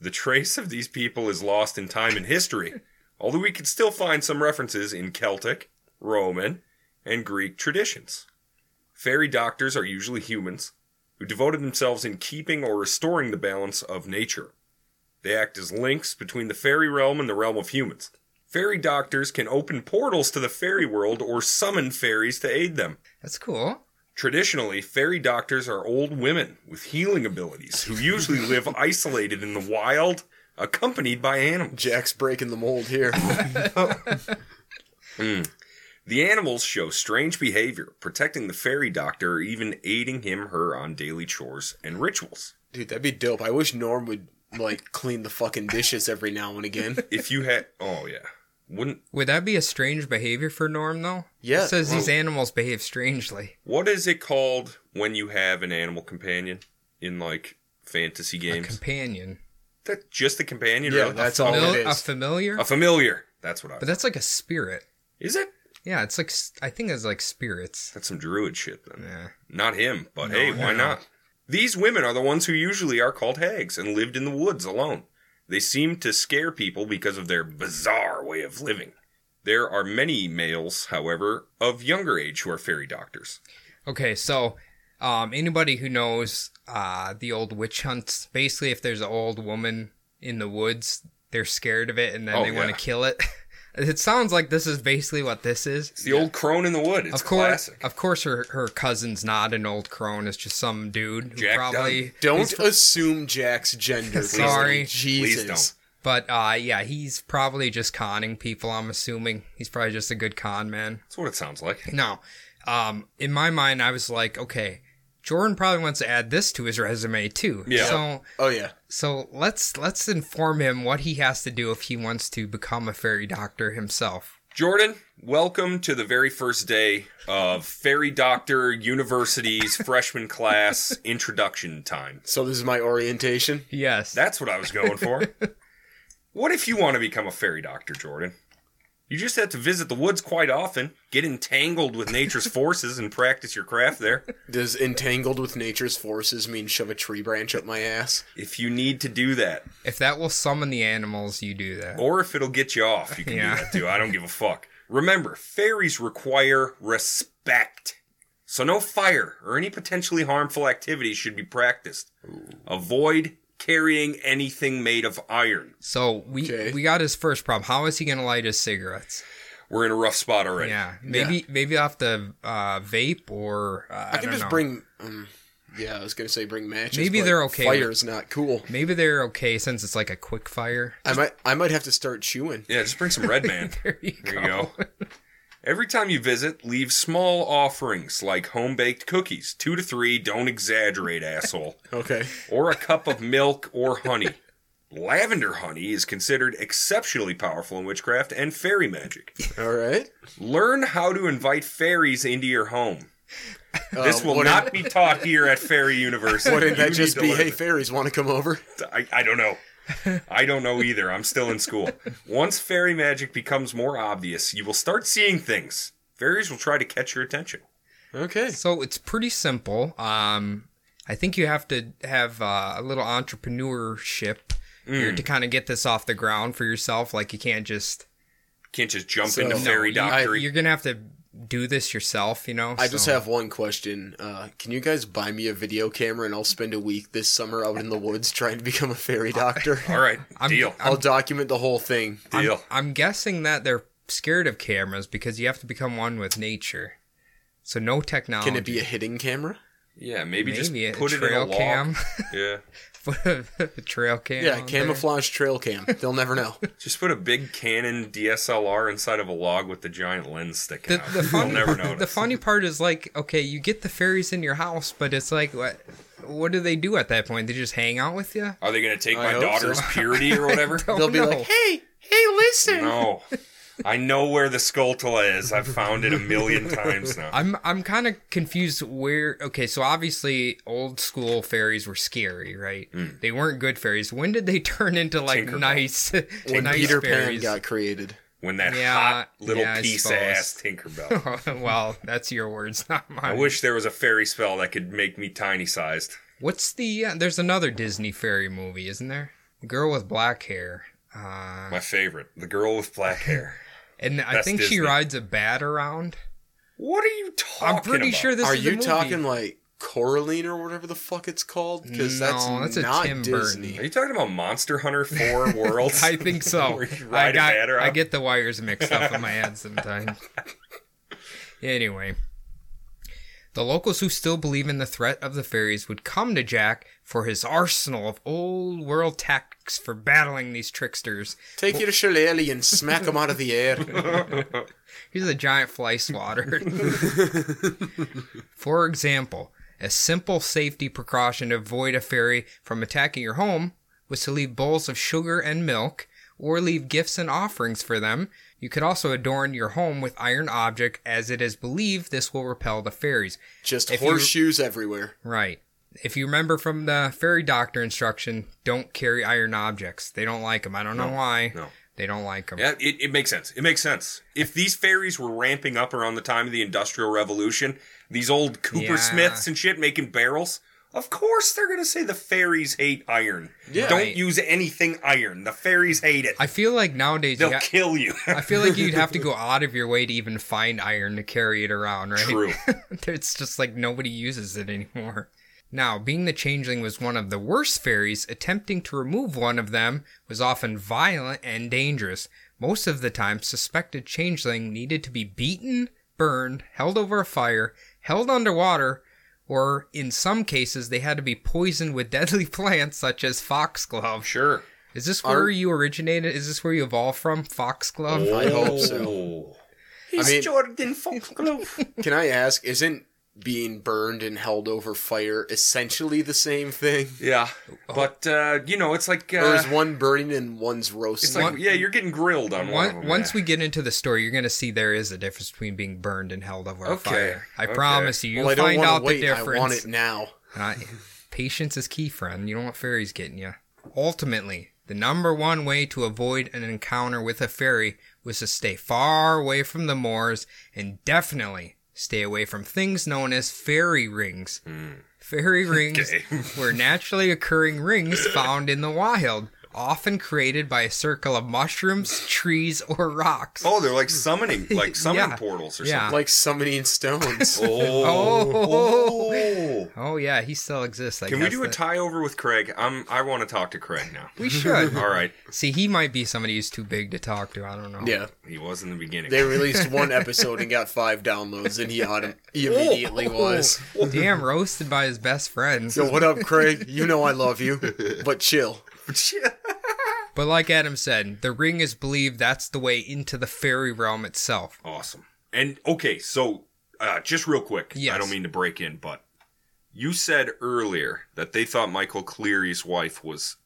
Speaker 9: The trace of these people is lost in time and history, although we can still find some references in Celtic, Roman, and Greek traditions. Fairy doctors are usually humans who devoted themselves in keeping or restoring the balance of nature. They act as links between the fairy realm and the realm of humans. Fairy doctors can open portals to the fairy world or summon fairies to aid them.
Speaker 8: That's cool.
Speaker 9: Traditionally, fairy doctors are old women with healing abilities who usually live isolated in the wild, accompanied by animals.
Speaker 6: Jack's breaking the mold here.
Speaker 9: The animals show strange behavior, protecting the fairy doctor or even aiding him her on daily chores and rituals.
Speaker 6: Dude, that'd be dope. I wish Norm would like clean the fucking dishes every now and again.
Speaker 9: If you had oh yeah. Wouldn't
Speaker 8: Would that be a strange behavior for Norm though?
Speaker 6: Yeah.
Speaker 8: It says these
Speaker 9: Whoa.
Speaker 8: animals behave strangely.
Speaker 9: what is it called when you have an animal companion in like fantasy
Speaker 8: A
Speaker 9: games?
Speaker 8: companion.
Speaker 9: that just a companion?
Speaker 6: Yeah,
Speaker 9: really?
Speaker 6: that's all
Speaker 8: Mil-
Speaker 6: it
Speaker 8: a
Speaker 6: is.
Speaker 8: familiar?
Speaker 9: Oh, A familiar. That's what I.
Speaker 8: but that's like a spirit.
Speaker 9: Is it?
Speaker 8: Yeah, it's like s- I think it's like spirits.
Speaker 9: That's some druid shit then.
Speaker 8: Yeah.
Speaker 9: Not him, but hey,
Speaker 8: no,
Speaker 9: why
Speaker 8: no.
Speaker 9: not? These women are the ones who usually are called hags and lived in the woods alone. They seem to scare people because of their bizarre way of living. There are many males, however, of younger age who are fairy doctors.
Speaker 8: Okay, so um, anybody who knows uh, the old witch hunts, basically, if there's an old woman in the woods, they're scared of it and then
Speaker 9: Oh,
Speaker 8: they want
Speaker 9: yeah.
Speaker 8: to kill it. it sounds like this is basically what this is.
Speaker 9: It's the old crone in the wood. It's
Speaker 8: of course, Oh,
Speaker 9: classic.
Speaker 8: of course, her her cousin's not an old crone. It's just some dude who
Speaker 9: Jack
Speaker 8: probably
Speaker 6: Don't assume Jack's gender.
Speaker 8: Sorry.
Speaker 6: Jesus.
Speaker 9: Please don't.
Speaker 8: But uh, yeah, he's probably just conning people. I'm assuming he's probably just a good con man.
Speaker 9: That's what it sounds like.
Speaker 8: Now, um, in my mind, I was like, okay, Jordan probably wants to add this to his resume too.
Speaker 9: Yeah.
Speaker 8: So
Speaker 6: Oh yeah.
Speaker 8: so let's let's inform him what he has to do if he wants to become a fairy doctor himself.
Speaker 9: Jordan, welcome to the very first day of Fairy Doctor University's freshman class introduction time.
Speaker 6: So this is my orientation.
Speaker 8: Yes.
Speaker 9: That's what I was going for. what if you want to become a fairy doctor, Jordan? You just have to visit the woods quite often, get entangled with nature's forces, and practice your craft there.
Speaker 6: Does entangled with nature's forces mean shove a tree branch up my ass?
Speaker 9: If you need to do that,
Speaker 8: if that will summon the animals, you do that.
Speaker 9: or if it'll get you off, you can
Speaker 8: Yeah.
Speaker 9: do that too. I don't give a fuck. Remember, fairies require respect. So no fire or any potentially harmful activity should be practiced. Avoid carrying anything made of iron.
Speaker 8: So we
Speaker 6: Okay.
Speaker 8: we got his first problem. How is he gonna light his cigarettes?
Speaker 9: We're in a rough spot already.
Speaker 8: Yeah, maybe maybe off the uh, vape or uh, I,
Speaker 6: I, can
Speaker 8: don't
Speaker 6: just
Speaker 8: know.
Speaker 6: bring. Um, yeah, I was gonna say bring matches.
Speaker 8: Maybe
Speaker 6: but
Speaker 8: they're okay
Speaker 6: Fire
Speaker 8: with-
Speaker 6: is not cool.
Speaker 8: Maybe they're okay since it's like a quick fire.
Speaker 6: I might. I might have to start chewing.
Speaker 9: Yeah, just bring some red man.
Speaker 8: There you
Speaker 9: There
Speaker 8: go.
Speaker 9: you go. Every time you visit, leave small offerings like home baked cookies, two to three, don't exaggerate, asshole,
Speaker 6: Okay.
Speaker 9: or a cup of milk or honey. Lavender honey is considered exceptionally powerful in witchcraft and fairy magic.
Speaker 6: All right.
Speaker 9: Learn how to invite fairies into your home.
Speaker 6: Uh,
Speaker 9: This will
Speaker 6: wouldn't-
Speaker 9: not be taught here at Fairy University.
Speaker 6: Wouldn't
Speaker 9: You
Speaker 6: that just
Speaker 9: need to
Speaker 6: be,
Speaker 9: learn
Speaker 6: hey,
Speaker 9: this."
Speaker 6: fairies, want to come over?
Speaker 9: I, I don't know. I don't know either. I'm still in school. Once fairy magic becomes more obvious, you will start seeing things. Fairies will try to catch your attention.
Speaker 6: Okay.
Speaker 8: So it's pretty simple. Um, I think you have to have uh, a little entrepreneurship
Speaker 6: Mm.
Speaker 8: here to kind of get this off the ground for yourself. Like you can't just
Speaker 9: Can't just jump
Speaker 6: So-
Speaker 9: into
Speaker 6: No,
Speaker 9: fairy
Speaker 6: you-
Speaker 8: I-
Speaker 9: doctory.
Speaker 8: you're gonna have to do this yourself. You know.
Speaker 6: I just
Speaker 8: So-
Speaker 6: have one question. Uh, can you guys buy me a video camera and I'll spend a week this summer out in the woods trying to become a fairy doctor?
Speaker 9: All right,
Speaker 8: I'm-
Speaker 9: deal,
Speaker 6: I'll document the whole thing.
Speaker 9: deal.
Speaker 8: I'm guessing that they're scared of cameras because you have to become one with nature. So no technology.
Speaker 6: Can it be a hidden camera?
Speaker 9: yeah, maybe,
Speaker 8: maybe
Speaker 9: just
Speaker 8: a
Speaker 9: put it in a
Speaker 8: trail
Speaker 9: log.
Speaker 8: cam?
Speaker 9: Yeah,
Speaker 8: Put a trail cam?
Speaker 6: Yeah,
Speaker 8: on
Speaker 6: camouflage trail cam. They'll never know.
Speaker 9: just put a big Canon DSLR inside of a log with the giant lens sticking
Speaker 8: there.
Speaker 9: out.
Speaker 8: The, the,
Speaker 9: You'll
Speaker 8: funny,
Speaker 9: never notice.
Speaker 8: the funny part is like, okay, you get the fairies in your house, but it's like, what, what do they do at that point? They just hang out with you?
Speaker 9: Are they going to take
Speaker 6: I
Speaker 9: my
Speaker 6: hope so.
Speaker 9: daughter's purity or whatever?
Speaker 8: Don't
Speaker 6: They'll be
Speaker 8: know.
Speaker 6: like, hey, hey, listen.
Speaker 9: no. I know where the Skulltula is. I've found it a million times now.
Speaker 8: I'm I'm kind of confused where okay so obviously old school fairies were scary right they weren't good fairies when did they turn into like
Speaker 9: Hmm. Tinkerbell.
Speaker 8: nice
Speaker 6: When
Speaker 8: nice
Speaker 6: Peter Pan
Speaker 8: fairies
Speaker 6: got created.
Speaker 9: when that
Speaker 8: Yeah,
Speaker 9: hot little
Speaker 8: yeah, I
Speaker 9: piece of
Speaker 8: suppose.
Speaker 9: ass Tinkerbell.
Speaker 8: well, that's your words, not mine.
Speaker 9: I wish there was a fairy spell that could make me tiny sized.
Speaker 8: What's the? Uh, there's another Disney fairy movie, isn't there? Girl with black hair. Uh,
Speaker 9: My favorite, the girl with black hair.
Speaker 8: and I
Speaker 9: That's
Speaker 8: think
Speaker 9: Disney.
Speaker 8: she rides a bat around.
Speaker 9: What are you talking?
Speaker 8: I'm pretty
Speaker 9: about?
Speaker 8: sure this
Speaker 6: Are
Speaker 8: is a
Speaker 6: you
Speaker 8: movie.
Speaker 6: talking like Coraline or whatever the fuck it's called? Because
Speaker 8: No,
Speaker 6: that's,
Speaker 8: that's a
Speaker 6: not
Speaker 8: Tim Burton.
Speaker 6: Disney.
Speaker 9: Are you talking about Monster Hunter Four Worlds?
Speaker 8: I think so.
Speaker 9: Where you
Speaker 8: I
Speaker 9: ride a
Speaker 8: got.
Speaker 9: bat around?
Speaker 8: I get the wires mixed up in my head sometimes. anyway, the locals who still believe in the threat of the fairies would come to Jack for his arsenal of old world tactics for battling these tricksters.
Speaker 6: Take your shillelagh and smack him out of the air.
Speaker 8: He's a giant fly swatter. For example, a simple safety precaution to avoid a fairy from attacking your home was to leave bowls of sugar and milk or leave gifts and offerings for them. You could also adorn your home with iron object as it is believed this will repel the fairies.
Speaker 6: Just
Speaker 8: If you-
Speaker 6: horseshoes everywhere.
Speaker 8: Right. If you remember from the fairy doctor instruction, don't carry iron objects. They don't like them. I don't know why.
Speaker 9: no.
Speaker 8: They don't like them.
Speaker 9: Yeah, it, it makes sense. It makes sense. If these fairies were ramping up around the time of the Industrial Revolution, these old Cooper
Speaker 8: Yeah.
Speaker 9: Smiths and shit making barrels, of course they're gonna say the fairies hate iron.
Speaker 6: Yeah.
Speaker 9: Don't
Speaker 8: Right.
Speaker 9: use anything iron. The fairies hate it.
Speaker 8: I feel like nowadays you
Speaker 9: They'll
Speaker 8: ha-
Speaker 9: kill you.
Speaker 8: I feel like you'd have to go out of your way to even find iron to carry it around, right?
Speaker 9: True.
Speaker 8: it's just like nobody uses it anymore. Now, being the changeling was one of the worst fairies, attempting to remove one of them was often violent and dangerous. Most of the time, suspected changeling needed to be beaten, burned, held over a fire, held underwater, or in some cases, they had to be poisoned with deadly plants such as foxglove.
Speaker 9: Sure.
Speaker 8: Is this where
Speaker 6: Are-
Speaker 8: you originated? Is this where you evolved from? Foxglove?
Speaker 6: I
Speaker 9: Oh.
Speaker 6: hope so.
Speaker 9: He's
Speaker 6: mean-
Speaker 9: Jordan Foxglove.
Speaker 6: Can I ask, isn't being burned and held over fire essentially the same thing?
Speaker 9: yeah, but uh, you know, it's like
Speaker 6: Or
Speaker 9: uh,
Speaker 6: is one burning and one's
Speaker 9: it's
Speaker 6: roasting?
Speaker 9: like yeah, you're getting grilled on one. of
Speaker 8: Once,
Speaker 9: them,
Speaker 8: once
Speaker 9: yeah.
Speaker 8: we get into the story, you're going to see there is a difference between being burned and held over a
Speaker 9: Okay,
Speaker 8: fire. I
Speaker 9: okay.
Speaker 8: promise you, you'll
Speaker 6: well, I don't
Speaker 8: find
Speaker 6: want
Speaker 8: out
Speaker 6: to wait.
Speaker 8: the difference.
Speaker 6: I want it now.
Speaker 8: Uh, patience is key, friend. You don't want fairies getting you. Ultimately, the number one way to avoid an encounter with a fairy was to stay far away from the moors and definitely stay away from things known as fairy rings. Fairy rings
Speaker 9: Hmm. Okay.
Speaker 8: were naturally occurring rings found in the wild, often created by a circle of mushrooms, trees, or rocks.
Speaker 9: Oh, they're like summoning, like summoning
Speaker 8: Yeah.
Speaker 9: portals or
Speaker 8: Yeah.
Speaker 9: something.
Speaker 6: Like summoning stones.
Speaker 9: Oh.
Speaker 8: Oh, yeah, he still exists. I
Speaker 9: Can we
Speaker 8: guess
Speaker 9: do a
Speaker 8: that-
Speaker 9: tie over with Craig? I'm, I want to talk to Craig now.
Speaker 8: We should.
Speaker 9: All right.
Speaker 8: See, he might be somebody who's too big to talk to. I don't know.
Speaker 6: yeah.
Speaker 9: He was in the beginning.
Speaker 6: They released one episode and got five downloads, and he, autom- he
Speaker 8: Oh.
Speaker 6: immediately was.
Speaker 8: Damn, roasted by his best friend.
Speaker 6: Yo, what up, Craig? You know I love you, but chill.
Speaker 8: But like Adam said, the ring is believed that's the way into the fairy realm itself.
Speaker 9: Awesome. And okay, so uh, just real quick,
Speaker 8: Yes.
Speaker 9: I don't mean to break in, but you said earlier that they thought Michael Cleary's wife was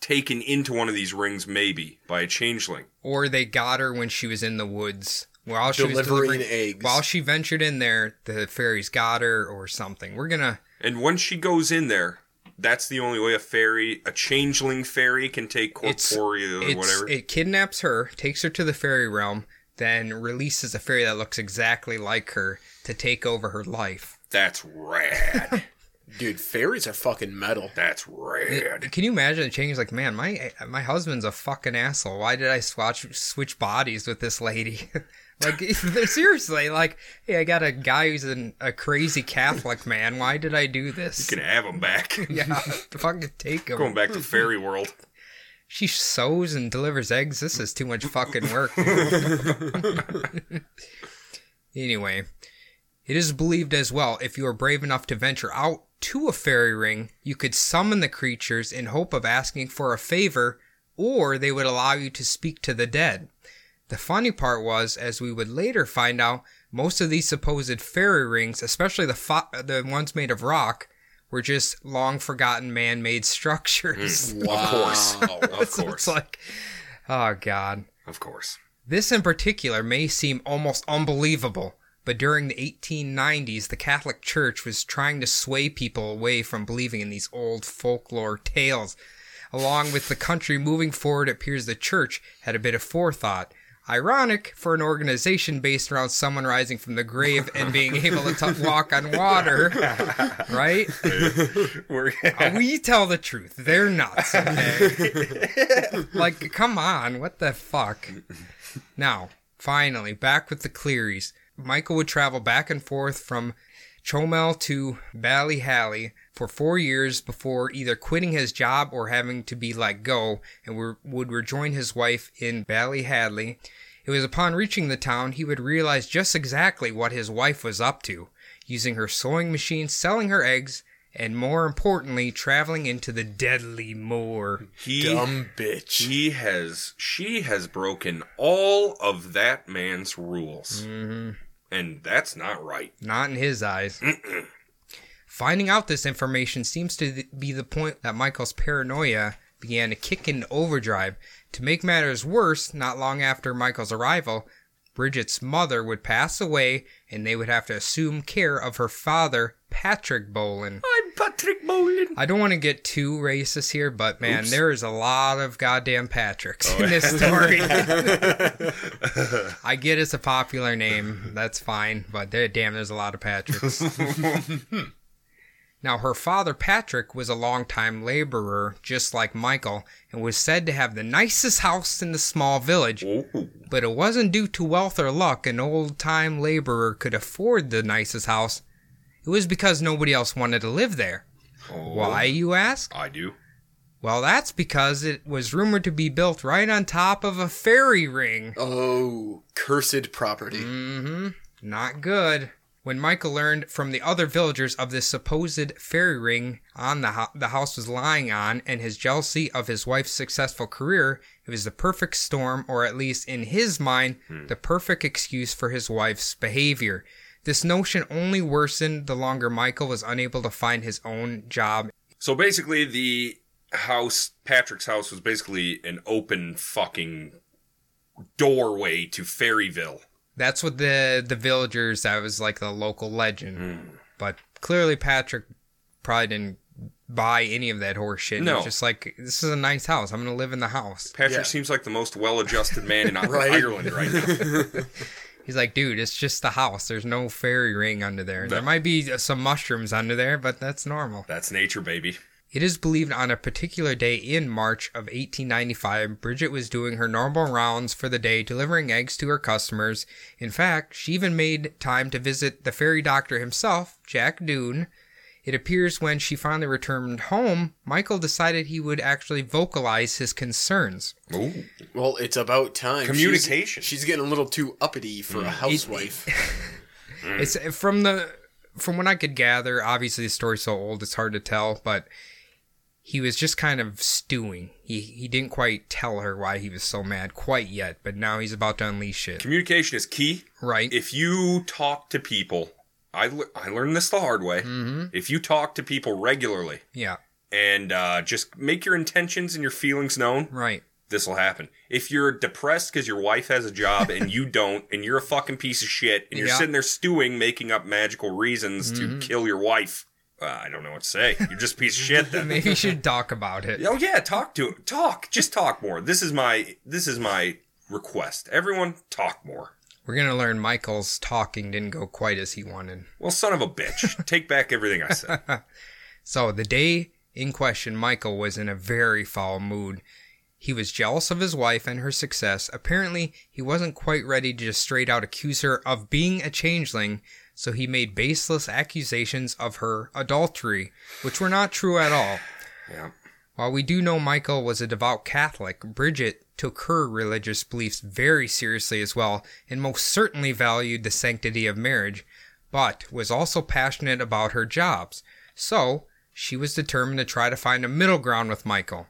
Speaker 9: taken into one of these rings, maybe by a changeling.
Speaker 8: Or they got her when she was in the woods. While she was
Speaker 6: Delivering
Speaker 8: delivering
Speaker 6: eggs.
Speaker 8: While she ventured in there, the fairies got her or something. We're gonna
Speaker 9: And once she goes in there, that's the only way a fairy, a changeling fairy, can take
Speaker 8: it's,
Speaker 9: corporeal or
Speaker 8: it's-
Speaker 9: whatever.
Speaker 8: It kidnaps her, takes her to the fairy realm, then releases a fairy that looks exactly like her to take over her life.
Speaker 9: that's rad.
Speaker 6: Dude, fairies are fucking metal.
Speaker 9: that's rad.
Speaker 8: Can you imagine the change? Like, man, my my husband's a fucking asshole. Why did I swatch, switch bodies with this lady? like, seriously, like, hey, I got a guy who's an, a crazy Catholic man. Why did I do this?
Speaker 9: Can have him back.
Speaker 8: Yeah, fucking take him.
Speaker 9: Going back to fairy world.
Speaker 8: She sews and delivers eggs. This is too much fucking work. anyway, it is believed as well if you are brave enough to venture out to a fairy ring, you could summon the creatures in hope of asking for a favor, or they would allow you to speak to the dead. The funny part was, as we would later find out, most of these supposed fairy rings, especially the fo- the ones made of rock, were just long forgotten man made structures.
Speaker 9: Of course. Of
Speaker 8: So it's
Speaker 9: course.
Speaker 8: like, oh god.
Speaker 9: Of course.
Speaker 8: This in particular may seem almost unbelievable, but during the 1890s, the Catholic Church was trying to sway people away from believing in these old folklore tales. Along with the country moving forward, it appears the church had a bit of forethought. Ironic for an organization based around someone rising from the grave and being able to t- walk on water, right? Uh,
Speaker 9: We're
Speaker 8: we tell the truth. They're nuts. okay? like, come on, what the fuck? Now, finally, back with the Clearys. Michael would travel back and forth from Chomel to Ballyhally for four years before either quitting his job or having to be let go, and were- would rejoin his wife in Ballyhadley. It was upon reaching the town he would realize just exactly what his wife was up to, using her sewing machine, selling her eggs, and more importantly, traveling into the deadly moor.
Speaker 9: he
Speaker 6: Dumb bitch.
Speaker 9: She has she has broken all of that man's rules. And that's not right.
Speaker 8: Not in his eyes. Finding out this information seems to th- be the point that Michael's paranoia began to kick into overdrive. To make matters worse, not long after Michael's arrival, Bridget's mother would pass away and they would have to assume care of her father, Patrick Bolin.
Speaker 9: I'm Patrick Bolin.
Speaker 8: I don't want to get too racist here, but man, there is a lot of goddamn Patricks in this story. I get it's a popular name, that's fine, but there, damn, there's a lot of Patricks. now, her father, Patrick, was a longtime laborer, just like Michael, and was said to have the nicest house in the small village
Speaker 9: Oh,
Speaker 8: but it wasn't due to wealth or luck an old time laborer could afford the nicest house. It was because nobody else wanted to live there. Why, you ask?
Speaker 9: Oh, I do.
Speaker 8: Well, that's because it was rumored to be built right on top of a fairy ring.
Speaker 6: Oh, cursed property.
Speaker 8: Mm. Not good. When Michael learned from the other villagers of this supposed fairy ring on the ho- the house was lying on, and his jealousy of his wife's successful career, it was the perfect storm, or at least in his mind, the perfect excuse for his wife's behavior. This notion only worsened the longer Michael was unable to find his own job.
Speaker 9: So basically the house Patrick's house was basically an open fucking doorway to Fairyville.
Speaker 8: That's what the the villagers that was like the local legend.
Speaker 9: Hmm.
Speaker 8: But clearly Patrick probably didn't buy any of that horse shit. He was
Speaker 9: No.
Speaker 8: just like this is a nice house. I'm gonna live in the house.
Speaker 9: Patrick
Speaker 6: Yeah.
Speaker 9: seems like the most well-adjusted man in
Speaker 6: Right.
Speaker 9: Ireland right now.
Speaker 8: He's like, dude, it's just the house. There's no fairy ring under there. There
Speaker 9: No.
Speaker 8: might be some mushrooms under there, but that's normal.
Speaker 9: That's nature, baby.
Speaker 8: It is believed on a particular day in March of 1895, Bridget was doing her normal rounds for the day, delivering eggs to her customers. In fact, she even made time to visit the fairy doctor himself, Jack Doone. It appears when she finally returned home, Michael decided he would actually vocalize his concerns.
Speaker 9: Ooh.
Speaker 6: Well, it's about time. She's-
Speaker 9: Communication.
Speaker 6: She's, getting a little too uppity
Speaker 8: Mm.
Speaker 6: for a housewife.
Speaker 8: It's from the from what I could gather. Obviously, the story's so old; it's hard to tell. But he was just kind of stewing. He he didn't quite tell her why he was so mad quite yet. But now he's about to unleash it.
Speaker 9: Communication is key.
Speaker 8: Right?
Speaker 9: If you talk to people, I, le- I learned this the hard way. If you talk to people regularly
Speaker 8: yeah.
Speaker 9: and uh, just make your intentions and your feelings known,
Speaker 8: Right.
Speaker 9: this will happen. If you're depressed because your wife has a job and you don't, and you're a fucking piece of shit, and you're
Speaker 8: Yeah. Mm-hmm.
Speaker 9: sitting there stewing, making up magical reasons to kill your wife, uh, I don't know what to say. You're just a piece of shit then.
Speaker 8: Maybe you should talk about it.
Speaker 9: Oh yeah, talk to talk. Just talk more. This is my this is my request. Everyone talk more.
Speaker 8: We're gonna learn Michael's talking didn't go quite as he wanted.
Speaker 9: Well, son of a bitch, take back everything I said.
Speaker 8: So the day in question, Michael was in a very foul mood. He was jealous of his wife and her success. Apparently, he wasn't quite ready to just straight out accuse her of being a changeling, so he made baseless accusations of her adultery, which were not true at all.
Speaker 9: Yeah.
Speaker 8: While we do know Michael was a devout Catholic, Bridget took her religious beliefs very seriously as well, and most certainly valued the sanctity of marriage, but was also passionate about her jobs. So, she was determined to try to find a middle ground with Michael.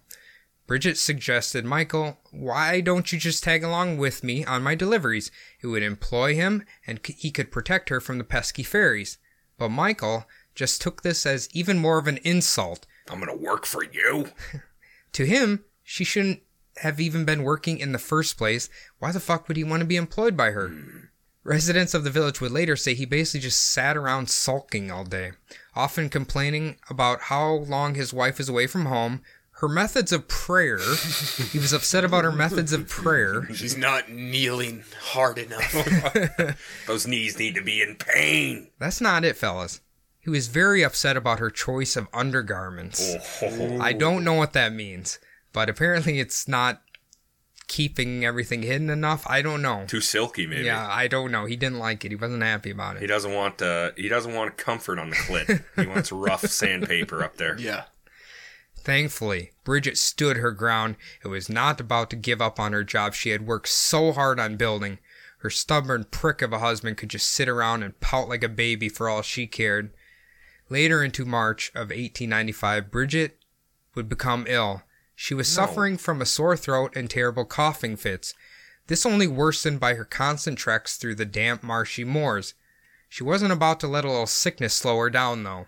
Speaker 8: Bridget suggested, Michael, why don't you just tag along with me on my deliveries? It would employ him and c- he could protect her from the pesky fairies. But Michael just took this as even more of an insult.
Speaker 9: I'm gonna work for you.
Speaker 8: To him, she shouldn't have even been working in the first place. Why the fuck would he want to be employed by her? Residents of the village would later say he basically just sat around sulking all day, often complaining about how long his wife was away from home, her methods of prayer. he was upset about her methods of prayer.
Speaker 6: She's not kneeling hard enough.
Speaker 9: Those knees need to be in pain.
Speaker 8: That's not it, fellas. He was very upset about her choice of undergarments.
Speaker 9: Oh,
Speaker 8: I don't know what that means, but apparently it's not keeping everything hidden enough. I don't know.
Speaker 9: too silky, maybe.
Speaker 8: Yeah, I don't know. He didn't like it. He wasn't happy about
Speaker 9: He
Speaker 8: it.
Speaker 9: doesn't want uh, he doesn't want comfort on the clit. he wants rough sandpaper up there.
Speaker 6: yeah.
Speaker 8: Thankfully, Bridget stood her ground and was not about to give up on her job she had worked so hard on building. Her stubborn prick of a husband could just sit around and pout like a baby for all she cared. Later into March of 1895, Bridget would become ill. She was suffering from a sore throat and terrible coughing fits. This only worsened by her constant treks through the damp, marshy moors. She wasn't about to let a little sickness slow her down, though.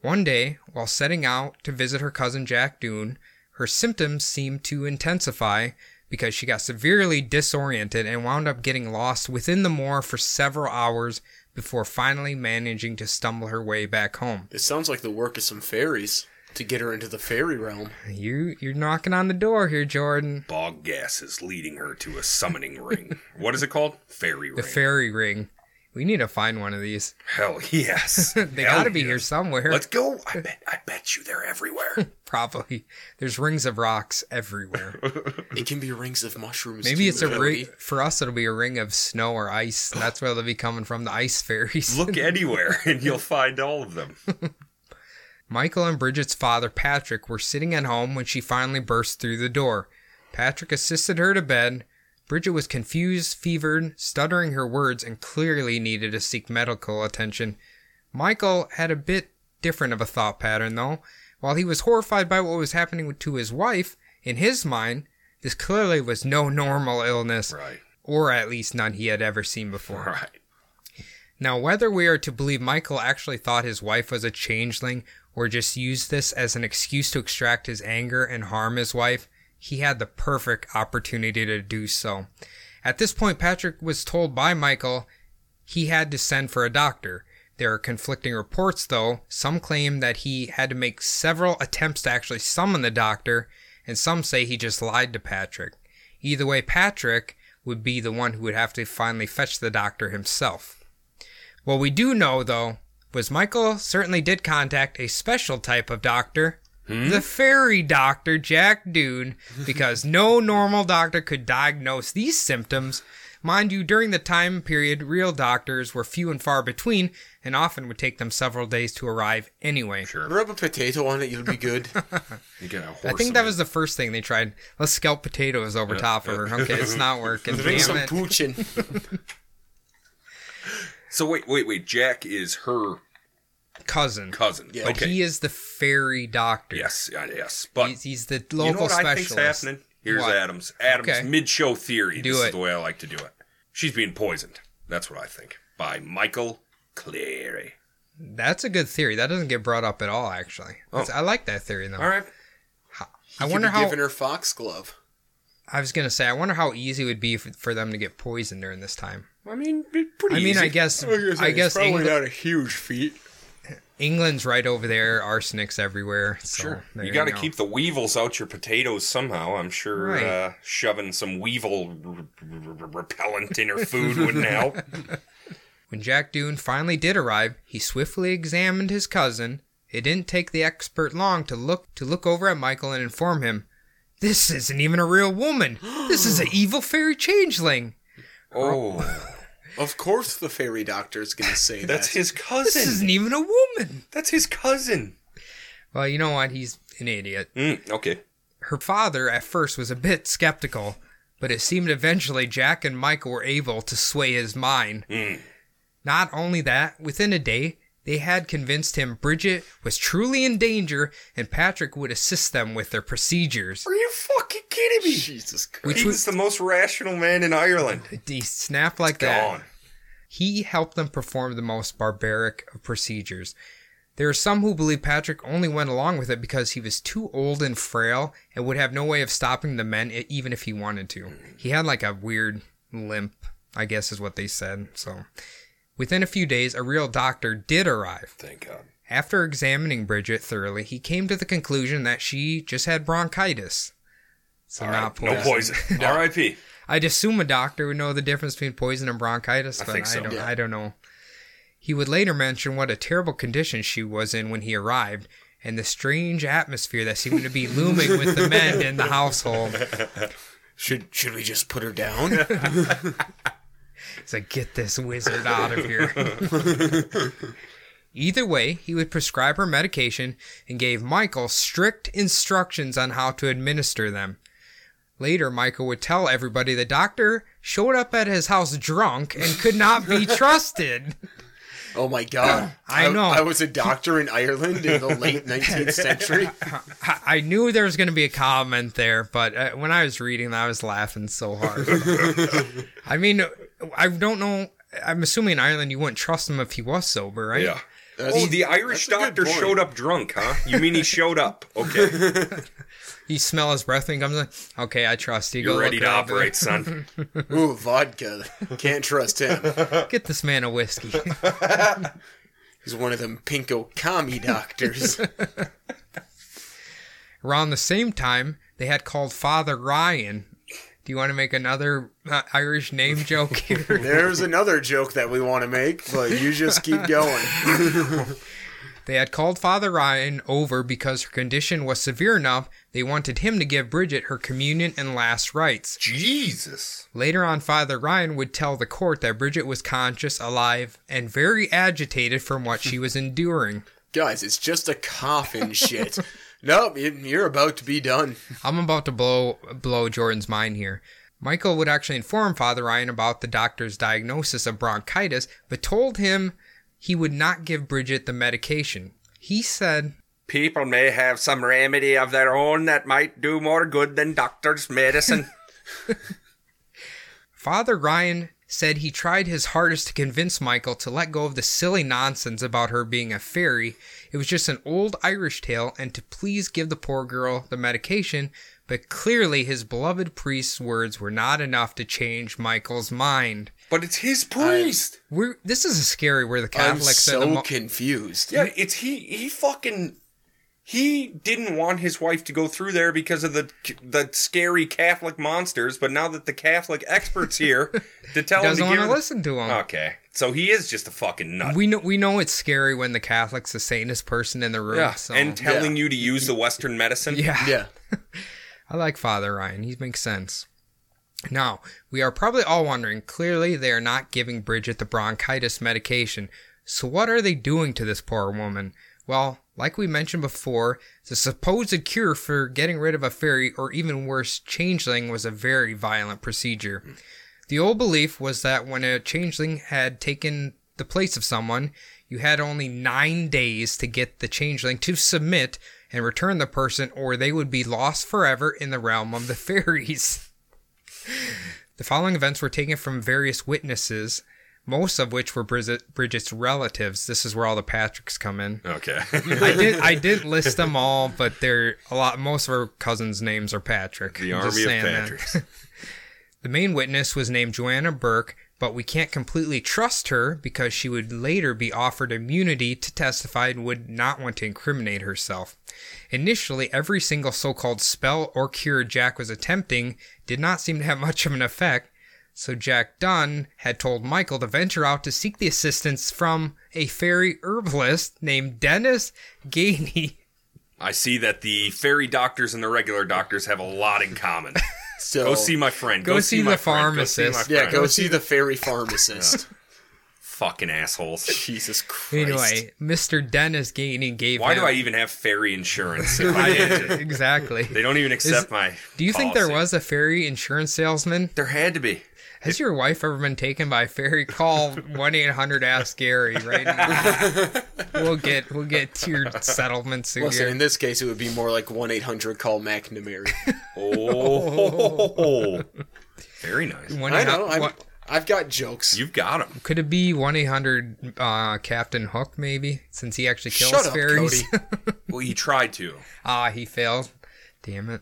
Speaker 8: One day, while setting out to visit her cousin Jack Doone, her symptoms seemed to intensify because she got severely disoriented and wound up getting lost within the moor for several hours before finally managing to stumble her way back home.
Speaker 6: It sounds like the work of some fairies to get her into the fairy realm.
Speaker 8: You you're knocking on the door here, Jordan.
Speaker 9: Bog gas is leading her to a summoning ring. What is it called? Fairy ring.
Speaker 8: The fairy ring. We need to find one of these.
Speaker 9: Hell yes.
Speaker 8: They gotta be here somewhere.
Speaker 9: Let's go. I bet I bet you they're everywhere.
Speaker 8: Probably. There's rings of rocks everywhere.
Speaker 6: It can be rings of mushrooms.
Speaker 8: Maybe
Speaker 6: too,
Speaker 8: it's a
Speaker 6: Joey.
Speaker 8: ring for us it'll be a ring of snow or ice. and That's where they'll be coming from, the ice fairies.
Speaker 9: Look anywhere and you'll find all of them.
Speaker 8: Michael and Bridget's father, Patrick, were sitting at home when she finally burst through the door. Patrick assisted her to bed. Bridget was confused, fevered, stuttering her words, and clearly needed to seek medical attention. Michael had a bit different of a thought pattern, though. While he was horrified by what was happening to his wife, in his mind, this clearly was no normal illness,
Speaker 9: Right.
Speaker 8: or at least none he had ever seen before.
Speaker 9: Right.
Speaker 8: Now, whether we are to believe Michael actually thought his wife was a changeling or just used this as an excuse to extract his anger and harm his wife, he had the perfect opportunity to do so. At this point, Patrick was told by Michael he had to send for a doctor. There are conflicting reports, though. Some claim that he had to make several attempts to actually summon the doctor, and some say he just lied to Patrick. Either way, Patrick would be the one who would have to finally fetch the doctor himself. What we do know, though, was Michael certainly did contact a special type of doctor,
Speaker 9: Hmm?
Speaker 8: the fairy doctor Jack Dune because no normal doctor could diagnose these symptoms. Mind you, during the time period, real doctors were few and far between and often would take them several days to arrive anyway.
Speaker 6: Rub a potato on it, you'll be good.
Speaker 9: You get a horse
Speaker 8: I think that was the first thing they tried. Let's scalp potatoes over top of her. Okay, it's not working.
Speaker 6: Drink
Speaker 8: Damn
Speaker 6: some
Speaker 8: it.
Speaker 6: poochin.
Speaker 9: So wait, wait, wait. Jack is her
Speaker 8: Cousin.
Speaker 9: cousin.
Speaker 6: Yeah.
Speaker 9: okay.
Speaker 8: He is the fairy doctor.
Speaker 9: yes, yeah, yes. But
Speaker 8: He's, he's the
Speaker 9: you
Speaker 8: local
Speaker 9: know what I think's
Speaker 8: specialist.
Speaker 9: happening? Here's
Speaker 8: What?
Speaker 9: Adams. Adams
Speaker 8: Okay.
Speaker 9: mid-show theory.
Speaker 8: Do
Speaker 9: this is
Speaker 8: it.
Speaker 9: the way I like to do it. She's being poisoned. That's what I think. By Michael Cleary.
Speaker 8: That's a good theory. That doesn't get brought up at all, actually. That's- I like that theory, though.
Speaker 9: Oh. All right.
Speaker 8: I
Speaker 6: You'll
Speaker 8: wonder
Speaker 6: be
Speaker 8: how.
Speaker 6: giving her foxglove.
Speaker 8: I was gonna say. I wonder how easy it would be for, for them to get poisoned during this time.
Speaker 9: I mean, be pretty.
Speaker 8: I mean,
Speaker 9: easy.
Speaker 8: I guess. I guess England,
Speaker 6: a huge feat.
Speaker 8: England's right over there. Arsenic's everywhere. So
Speaker 9: Sure.
Speaker 8: there
Speaker 9: you got to
Speaker 8: go.
Speaker 9: keep the weevils out your potatoes somehow. I'm sure
Speaker 8: Right.
Speaker 9: uh, shoving some weevil r- r- r- repellent in her food wouldn't help.
Speaker 8: When Jack Dune finally did arrive, he swiftly examined his cousin. It didn't take the expert long to look to look over at Michael and inform him, "This isn't even a real woman. This is an evil fairy changeling.
Speaker 9: Oh,
Speaker 6: Of course, the fairy doctor's gonna say that.
Speaker 9: that's his
Speaker 8: This
Speaker 9: cousin.
Speaker 8: isn't even a woman."
Speaker 9: That's his cousin.
Speaker 8: Well, you know what? He's an idiot.
Speaker 9: Mm, okay.
Speaker 8: Her father at first was a bit skeptical, but it seemed eventually Jack and Michael were able to sway his mind. Not only that, within a day, they had convinced him Bridget was truly in danger and Patrick would assist them with their procedures.
Speaker 9: Are you fucking kidding me?
Speaker 6: Jesus Christ.
Speaker 8: Which
Speaker 9: He was
Speaker 8: was
Speaker 9: the most rational man in Ireland.
Speaker 8: he snapped like that.
Speaker 9: Gone.
Speaker 8: He helped them perform the most barbaric of procedures. There are some who believe Patrick only went along with it because he was too old and frail and would have no way of stopping the men e- even if he wanted to. He had like a weird limp, I guess is what they said. So, within a few days, a real doctor did arrive.
Speaker 9: Thank God.
Speaker 8: After examining Bridget thoroughly, he came to the conclusion that she just had bronchitis. So,
Speaker 9: All right,
Speaker 8: not
Speaker 9: No poison. R.I.P.
Speaker 8: I'd assume a doctor would know the difference between poison and bronchitis,
Speaker 9: I
Speaker 8: but I,
Speaker 9: think so.
Speaker 8: don't,
Speaker 9: Yeah.
Speaker 8: I don't know. He would later mention what a terrible condition she was in when he arrived and the strange atmosphere that seemed to be looming with the men in the household.
Speaker 6: Should should we just put her down?
Speaker 8: It's like, get this wizard out of here. Either way, he would prescribe her medication and gave Michael strict instructions on how to administer them. Later, Michael would tell everybody the doctor showed up at his house drunk and could not be trusted.
Speaker 6: oh my god.
Speaker 8: I know.
Speaker 6: I was a doctor in Ireland in the late 19th century.
Speaker 8: I, I knew there was going to be a comment there, but uh, when I was reading that, I was laughing so hard. I mean, I don't know. I'm assuming in Ireland you wouldn't trust him if he was sober, right?
Speaker 9: Yeah. oh, the Irish
Speaker 6: that's a good
Speaker 9: doctor
Speaker 6: point.
Speaker 9: showed up drunk, huh? You mean he showed up? Okay,
Speaker 8: You smell his breath when he comes in. Okay, I trust you. Go
Speaker 9: you're
Speaker 8: look
Speaker 9: ready
Speaker 8: her
Speaker 9: to
Speaker 8: up.
Speaker 9: operate, son.
Speaker 6: Ooh, vodka. Can't trust him.
Speaker 8: Get this man a whiskey.
Speaker 6: He's one of them pinko commie doctors.
Speaker 8: Around the same time, they had called Father Ryan. Do you want to make another uh, Irish name joke here?
Speaker 6: There's another joke that we want to make, but you just keep going.
Speaker 8: they had called Father Ryan over because her condition was severe enough they wanted him to give Bridget her communion and last rites.
Speaker 9: Jesus.
Speaker 8: Later on, Father Ryan would tell the court that Bridget was conscious, alive, and very agitated from what she was enduring.
Speaker 6: Guys, it's just a coffin shit. Nope, you- you're about to be done.
Speaker 8: I'm about to blow blow Jordan's mind here. Michael would actually inform Father Ryan about the doctor's diagnosis of bronchitis, but told him he would not give Bridget the medication. He said,
Speaker 9: People may have some remedy of their own that might do more good than doctor's medicine.
Speaker 8: Father Ryan said he tried his hardest to convince Michael to let go of the silly nonsense about her being a fairy. It was just an old Irish tale, and to please give the poor girl the medication, but clearly his beloved priest's words were not enough to change Michael's mind.
Speaker 9: but it's his priest.
Speaker 8: We're, this is a scary where the
Speaker 6: I'm
Speaker 8: Catholics are the
Speaker 6: so
Speaker 8: mo-
Speaker 6: confused.
Speaker 9: yeah, it's he. He fucking. He didn't want his wife to go through there because of the the scary Catholic monsters, but now that the Catholic experts here to tell him to
Speaker 8: doesn't want
Speaker 9: give
Speaker 8: to
Speaker 9: her-
Speaker 8: listen to him.
Speaker 9: Okay, So he is just a fucking nut.
Speaker 8: We know we know it's scary when the Catholic's the sanest person in the room.
Speaker 9: yeah.
Speaker 8: so-
Speaker 9: And telling you to use the Western medicine.
Speaker 8: yeah,
Speaker 6: Yeah.
Speaker 8: I like Father Ryan. He makes sense. Now, we are probably all wondering clearly, they are not giving Bridget the bronchitis medication. So, what are they doing to this poor woman? Well, like we mentioned before, the supposed cure for getting rid of a fairy, or even worse, changeling, was a very violent procedure. The old belief was that when a changeling had taken the place of someone, you had only nine days to get the changeling to submit and return the person, or they would be lost forever in the realm of the fairies. the following events were taken from various witnesses, most of which were Bridget, Bridget's relatives. This is where all the Patricks come in.
Speaker 9: Okay.
Speaker 8: I did I did list them all, but they're a lot. Most of her cousins' names are Patrick.
Speaker 9: the
Speaker 8: I'm just
Speaker 9: army of
Speaker 8: saying that.
Speaker 9: Patricks.
Speaker 8: The main witness was named Joanna Burke, but we can't completely trust her because she would later be offered immunity to testify and would not want to incriminate herself. Initially, every single so called spell or cure Jack was attempting did not seem to have much of an effect, so Jack Dunn had told Michael to venture out to seek the assistance from a fairy herbalist named Dennis Gainey.
Speaker 9: I see that the fairy doctors and the regular doctors have a lot in common.
Speaker 6: So
Speaker 9: Go see my friend.
Speaker 8: Go see
Speaker 9: my
Speaker 8: the
Speaker 9: friend. Go see my
Speaker 8: pharmacist.
Speaker 6: Yeah,
Speaker 9: friend.
Speaker 6: go see the fairy pharmacist.
Speaker 9: Fucking assholes.
Speaker 6: Jesus Christ.
Speaker 8: Anyway, Mr. Dennis Gainey gave
Speaker 9: Why
Speaker 8: him.
Speaker 9: do I even have fairy insurance? if I had to-
Speaker 8: Exactly.
Speaker 9: they don't even accept my.
Speaker 8: Do you think there
Speaker 9: policy.
Speaker 8: was a fairy insurance salesman?
Speaker 9: There had to be.
Speaker 8: Has your wife ever been taken by a fairy? Call one eight hundred Ask Gary right now. we'll get we'll get to your settlement soon.
Speaker 6: Listen, in
Speaker 8: Gary.
Speaker 6: this case, it would be more like 1 800 call McNamara.
Speaker 9: Oh, very nice.
Speaker 8: One
Speaker 6: I
Speaker 8: eight hun-
Speaker 6: know. I'm,
Speaker 8: what-
Speaker 6: I've got jokes.
Speaker 9: You've got him.
Speaker 8: could it be one eight hundred uh, Captain Hook? Maybe since he actually kills
Speaker 6: Shut up,
Speaker 8: fairies.
Speaker 6: Cody.
Speaker 9: Well, he tried to.
Speaker 8: ah, he failed. Damn it.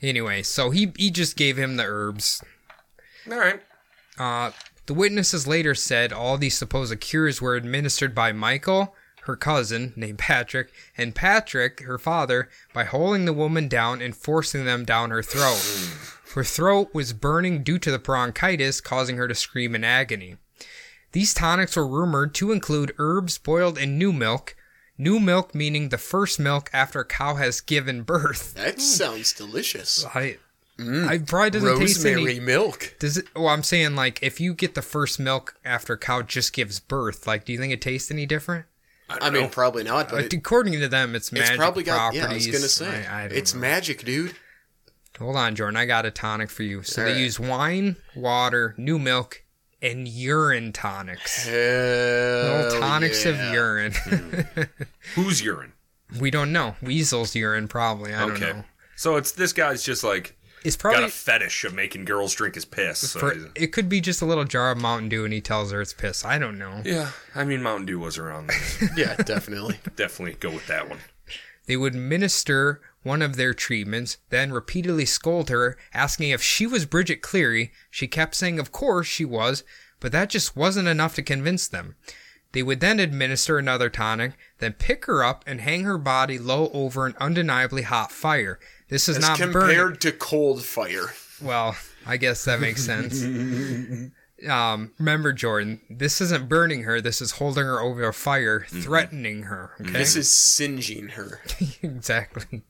Speaker 8: Anyway, so he he just gave him the herbs.
Speaker 9: All right.
Speaker 8: The witnesses later said all these supposed cures were administered by Michael, her cousin, named Patrick, and Patrick, her father, by holding the woman down and forcing them down her throat. her throat was burning due to the bronchitis, causing her to scream in agony. These tonics were rumored to include herbs boiled in new milk, new milk meaning the first milk after a cow has given birth.
Speaker 6: That sounds delicious.
Speaker 8: I, I probably Hmm. doesn't taste any
Speaker 6: Rosemary milk.
Speaker 8: does it? Well, I'm saying like if you get the first milk after a cow just gives birth, like do you think it tastes any different?
Speaker 9: I,
Speaker 6: I mean,
Speaker 9: mean,
Speaker 6: probably not, but
Speaker 8: Like,
Speaker 6: it,
Speaker 8: according to them, it's magic
Speaker 6: it's probably got.
Speaker 8: properties.
Speaker 6: Yeah, I was gonna say
Speaker 8: I- I don't
Speaker 6: it's
Speaker 8: know.
Speaker 6: magic, dude.
Speaker 8: Hold on, Jordan. I got a tonic for you. So they
Speaker 6: Alright.
Speaker 8: use wine, water, new milk, and urine tonics.
Speaker 6: Hell
Speaker 8: Little tonics
Speaker 6: yeah.
Speaker 8: of urine.
Speaker 9: who's urine?
Speaker 8: we don't know. Weasel's urine, probably. I don't know.
Speaker 9: So it's this guy's just like
Speaker 8: It's
Speaker 9: got
Speaker 8: probably
Speaker 9: a fetish of making girls drink his piss. So
Speaker 8: for,
Speaker 9: he's-
Speaker 8: it could be just a little jar of Mountain Dew, and he tells her it's piss. I don't know.
Speaker 9: yeah, I mean Mountain Dew was around. There.
Speaker 6: Yeah, definitely.
Speaker 9: Definitely go with that one.
Speaker 8: They would minister one of their treatments, then repeatedly scold her, asking if she was Bridget Cleary. She kept saying, of course she was, but that just wasn't enough to convince them. They would then administer another tonic, then pick her up and hang her body low over an undeniably hot fire. This is
Speaker 6: As
Speaker 8: not
Speaker 6: compared
Speaker 8: burning.
Speaker 6: to cold fire.
Speaker 8: Well, I guess that makes sense. Um, remember, Jordan, this isn't burning her. This is holding her over a fire, threatening her. Okay?
Speaker 6: Mm-hmm. This is singeing her.
Speaker 8: exactly.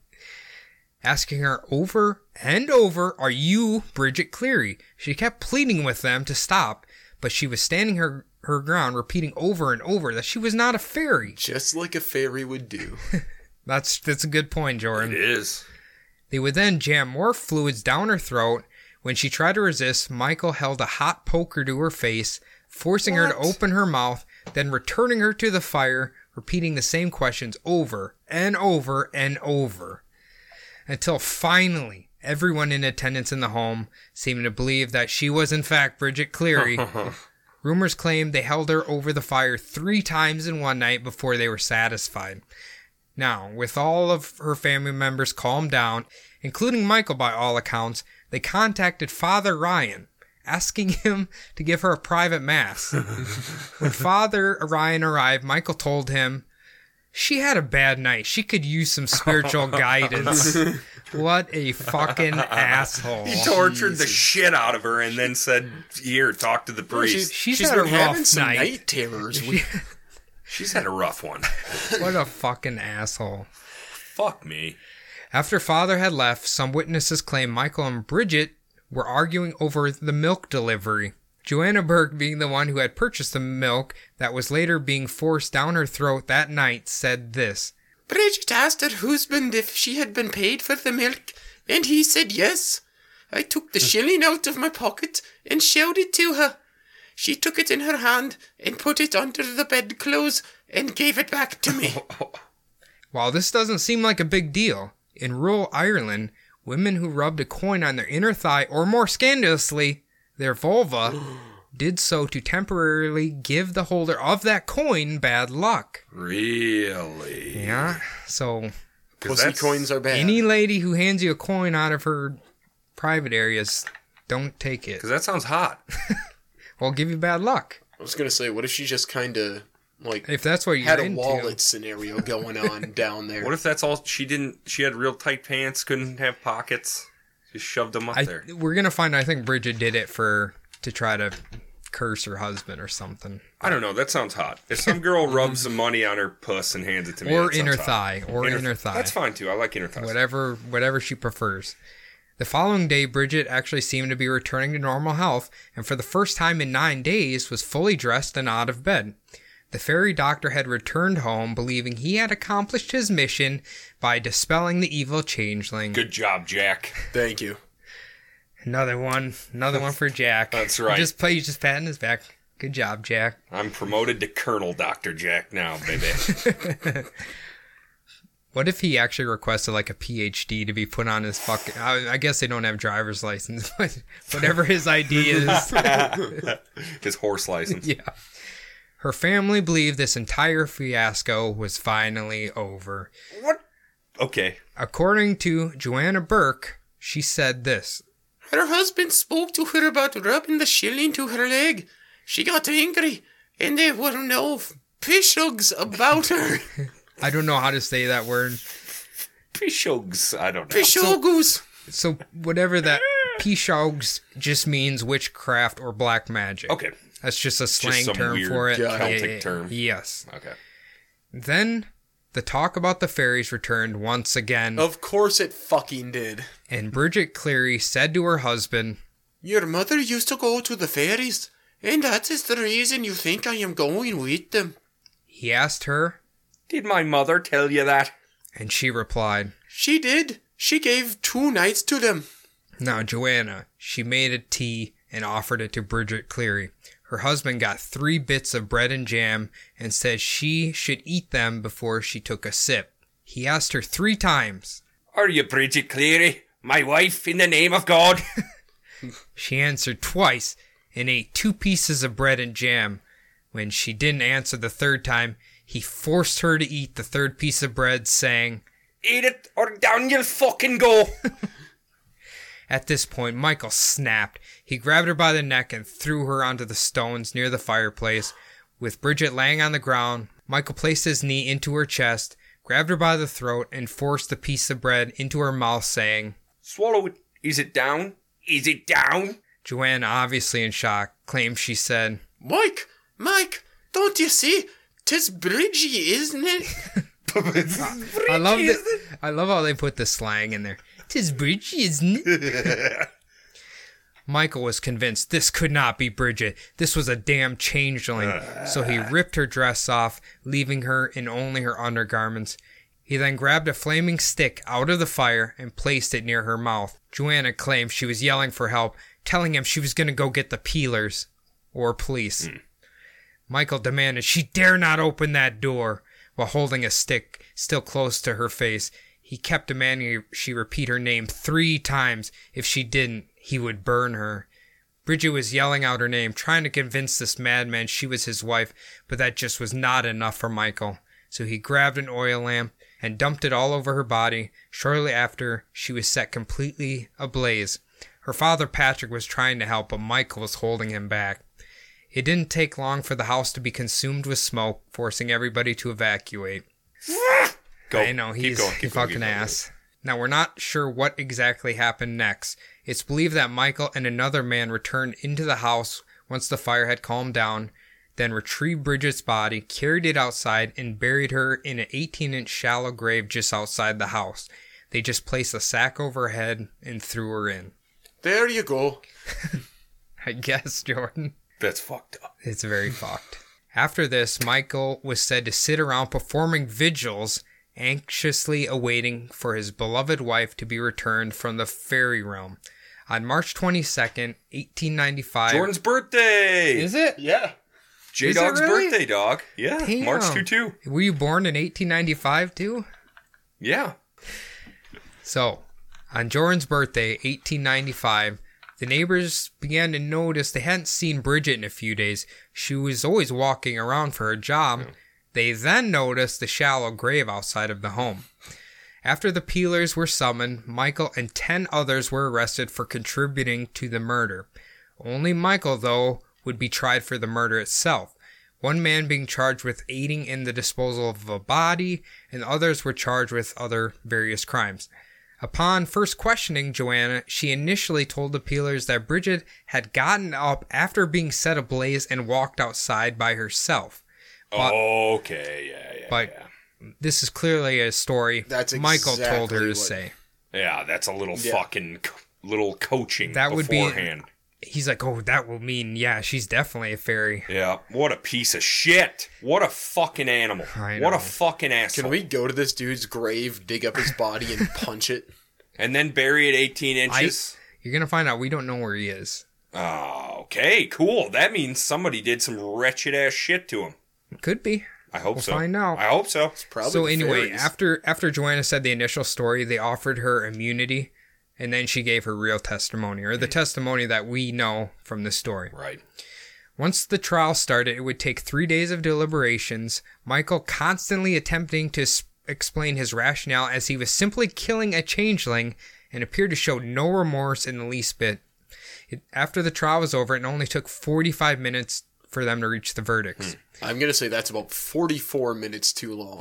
Speaker 8: Asking her over and over, Are you Bridget Cleary? She kept pleading with them to stop, but she was standing her, her ground, repeating over and over that she was not a fairy.
Speaker 6: Just like a fairy would do.
Speaker 8: That's that's a good point,
Speaker 9: It
Speaker 8: Jordan.
Speaker 9: is.
Speaker 8: They would then jam more fluids down her throat. When she tried to resist, Michael held a hot poker to her face, forcing her to open her mouth, then returning her to the fire, repeating the same questions over and over and over. Until finally, everyone in attendance in the home seemed to believe that she was, in fact, Bridget Cleary. Rumors claim they held her over the fire three times in one night before they were satisfied. Now, with all of her family members calmed down, including Michael by all accounts, they contacted Father Ryan, asking him to give her a private mass. when Father Ryan arrived, Michael told him, She had a bad night. She could use some spiritual guidance. What a fucking asshole.
Speaker 9: He tortured the shit out of her and then said, "Here, talk to the priest."
Speaker 8: She's had a rough night.
Speaker 6: terrors. We-
Speaker 9: She's had a rough one.
Speaker 8: What a fucking asshole.
Speaker 9: Fuck me.
Speaker 8: After father had left, some witnesses claim Michael and Bridget were arguing over the milk delivery. Joanna Burke, being the one who had purchased the milk that was later being forced down her throat that night, said this.
Speaker 6: Bridget asked her husband if she had been paid for the milk, and he said yes. I took the shilling out of my pocket and showed it to her. She took it in her hand and put it under the bedclothes and gave it back to me.
Speaker 8: While this doesn't seem like a big deal, in rural Ireland, women who rubbed a coin on their inner thigh or more scandalously, their vulva, did so to temporarily give the holder of that coin bad luck.
Speaker 9: Really?
Speaker 8: Yeah. So
Speaker 9: 'Cause that's-
Speaker 6: are bad.
Speaker 8: Any lady who hands you a coin out of her private areas, don't take it.
Speaker 9: Because that sounds hot.
Speaker 8: Well, give you bad luck
Speaker 6: I was gonna say, what if she just kind of like
Speaker 8: if that's what you're
Speaker 6: had a
Speaker 8: into.
Speaker 6: wallet scenario going on down there?
Speaker 9: What if that's all she didn't? She had real tight pants, couldn't have pockets. Just shoved them up
Speaker 8: I,
Speaker 9: there.
Speaker 8: we're gonna find. I think Bridget did it for to try to curse her husband or something,
Speaker 9: I don't know. That sounds hot. If some girl rubs some money on her puss and hands it to me,
Speaker 8: or
Speaker 9: that sounds
Speaker 8: inner
Speaker 9: hot.
Speaker 8: thigh, or inner, thigh.
Speaker 9: That's fine too. I like inner thighs.
Speaker 8: whatever whatever she prefers. The following day, Bridget actually seemed to be returning to normal health, and for the first time in nine days was fully dressed and out of bed. The fairy doctor had returned home, believing he had accomplished his mission by dispelling the evil changeling.
Speaker 9: Good job, Jack.
Speaker 6: Thank you.
Speaker 8: Another one, another one for Jack.
Speaker 9: That's right.
Speaker 8: You just play, you just patting his back. Good job, Jack.
Speaker 9: I'm promoted to Colonel Doctor Jack now, baby.
Speaker 8: What if he actually requested like a PhD to be put on his fucking? I, I guess they don't have driver's license, but whatever his ID is.
Speaker 9: His horse license.
Speaker 8: Yeah. Her family believed this entire fiasco was finally over.
Speaker 9: What? Okay.
Speaker 8: According to Joanna Burke, she said this
Speaker 6: Her husband spoke to her about rubbing the shilling to her leg. She got angry, and there were no pishugs about her.
Speaker 8: I don't know how to say that word.
Speaker 9: Pishogs. I don't know.
Speaker 6: Pishugus.
Speaker 8: So, whatever that pishogs just means witchcraft or black magic.
Speaker 9: Okay.
Speaker 8: That's just a slang
Speaker 9: some
Speaker 8: term
Speaker 9: weird
Speaker 8: for it.
Speaker 9: Celtic term.
Speaker 8: Yes.
Speaker 9: Okay.
Speaker 8: Then the talk about the fairies returned once again,
Speaker 9: Oh.
Speaker 6: Of course it fucking did.
Speaker 8: and Bridget Cleary said to her husband,
Speaker 6: Your mother used to go to the fairies, and that is the reason you think I am going with them.
Speaker 8: he asked her,
Speaker 9: Did my mother tell you that?
Speaker 8: and she replied,
Speaker 6: She did. She gave two nights to them.
Speaker 8: Now, Joanna, she made a tea and offered it to Bridget Cleary. Her husband got three bits of bread and jam and said she should eat them before she took a sip. He asked her three times.
Speaker 9: Are you Bridget Cleary, my wife, in the name of God?
Speaker 8: She answered twice and ate two pieces of bread and jam. When she didn't answer the third time, he forced her to eat the third piece of bread, saying,
Speaker 9: Eat it or down you'll fucking go.
Speaker 8: At this point, Michael snapped. He grabbed her by the neck and threw her onto the stones near the fireplace. With Bridget laying on the ground, Michael placed his knee into her chest, grabbed her by the throat, and forced the piece of bread into her mouth, saying,
Speaker 9: Swallow it. Is it down? Is it down?
Speaker 8: Joanne, obviously in shock, claims she said,
Speaker 6: Mike, Mike, don't you see? Tis Bridgie, isn't it?
Speaker 8: I love that. I love how they put the slang in there. Tis Bridget, isn't it? Michael was convinced this could not be Bridget. This was a damn changeling. so he ripped her dress off, leaving her in only her undergarments. He then grabbed a flaming stick out of the fire and placed it near her mouth. Joanna claimed she was yelling for help, telling him she was going to go get the peelers or police. Michael demanded she dare not open that door while holding a stick still close to her face. He kept demanding she repeat her name three times. If she didn't, he would burn her. Bridget was yelling out her name, trying to convince this madman she was his wife, but that just was not enough for Michael. So he grabbed an oil lamp and dumped it all over her body. Shortly after, she was set completely ablaze. Her father, Patrick, was trying to help, but Michael was holding him back. It didn't take long for the house to be consumed with smoke, forcing everybody to evacuate.
Speaker 9: Go.
Speaker 8: I know he's
Speaker 9: keep going, keep
Speaker 8: a
Speaker 9: going,
Speaker 8: fucking
Speaker 9: keep going.
Speaker 8: ass. Now, we're not sure what exactly happened next. It's believed that Michael and another man returned into the house once the fire had calmed down, then retrieved Bridget's body, carried it outside, and buried her in an 18 inch shallow grave just outside the house. They just placed a sack over her head and threw her in.
Speaker 6: There you go.
Speaker 8: I guess, Jordan.
Speaker 9: That's fucked up.
Speaker 8: It's very fucked. After this, Michael was said to sit around performing vigils, anxiously awaiting for his beloved wife to be returned from the fairy realm. On March 22nd, 1895.
Speaker 9: Jordan's birthday.
Speaker 8: is it?
Speaker 9: Yeah. J Dog's
Speaker 8: Is it really?
Speaker 9: birthday, dog. Yeah.
Speaker 8: Damn.
Speaker 9: March 2 2.
Speaker 8: Were you born in 1895 too?
Speaker 9: Yeah.
Speaker 8: So, on Jordan's birthday, 1895, the neighbors began to notice they hadn't seen Bridget in a few days. She was always walking around for her job. They then noticed the shallow grave outside of the home. After the Peelers were summoned, Michael and 10 others were arrested for contributing to the murder. Only Michael, though, would be tried for the murder itself. One man being charged with aiding in the disposal of a body, and others were charged with other various crimes. Upon first questioning Joanna, she initially told the Peelers that Bridget had gotten up after being set ablaze and walked outside by herself. But-
Speaker 9: okay. Yeah. Yeah.
Speaker 8: But this is clearly a story
Speaker 6: That's
Speaker 8: Michael told
Speaker 6: exactly
Speaker 8: her to
Speaker 6: what-
Speaker 8: say.
Speaker 9: Yeah. That's a little
Speaker 6: Yeah.
Speaker 9: fucking c- little coaching
Speaker 8: That would be-
Speaker 9: beforehand.
Speaker 8: He's like, oh, that will mean, yeah, she's definitely a fairy.
Speaker 9: Yeah. What a piece of shit. What a fucking animal.
Speaker 8: I
Speaker 9: What
Speaker 8: know.
Speaker 9: a fucking asshole.
Speaker 6: Can we go to this dude's grave, dig up his body, and punch it?
Speaker 9: And then bury it 18 inches.
Speaker 8: You're going to find out we don't know where he is.
Speaker 9: Oh, okay. Cool. That means somebody did some wretched ass shit to him.
Speaker 8: Could be.
Speaker 9: I hope
Speaker 8: We'll
Speaker 9: so.
Speaker 8: find out.
Speaker 9: I hope so.
Speaker 6: Probably.
Speaker 8: so
Speaker 6: the
Speaker 8: anyway,
Speaker 6: fairies.
Speaker 8: after after Joanna said the initial story, they offered her immunity, and then she gave her real testimony, or the
Speaker 6: Mm.
Speaker 8: testimony that we know from the story.
Speaker 9: Right.
Speaker 8: Once the trial started, it would take three days of deliberations. Michael constantly attempting to s- explain his rationale as he was simply killing a changeling and appeared to show no remorse in the least bit. It, after the trial was over, it only took 45 minutes for them to reach the verdicts.
Speaker 9: Hmm.
Speaker 6: I'm gonna say that's about 44 minutes too long.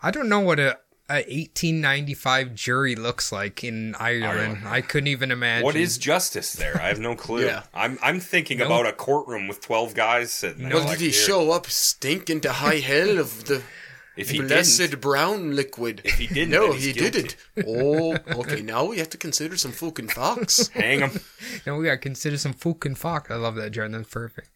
Speaker 8: I don't know what a, a 1895 jury looks like in Ireland. I couldn't even imagine.
Speaker 9: What is justice there? I have no clue.
Speaker 6: Yeah.
Speaker 9: I'm I'm thinking about a courtroom with twelve guys sitting there.
Speaker 6: well,
Speaker 9: like,
Speaker 6: did he
Speaker 9: "Here."
Speaker 6: show up stinking to high hell of the
Speaker 9: If he
Speaker 6: blessed
Speaker 9: didn't,
Speaker 6: brown liquid?
Speaker 9: If he didn't,
Speaker 6: no,
Speaker 9: then he's
Speaker 6: he
Speaker 9: guilty.
Speaker 6: didn't. Oh, okay. Now we have to consider some fucking facts.
Speaker 9: hang him.
Speaker 8: Now we gotta consider some fucking fuck. I love that, Jordan. That's perfect.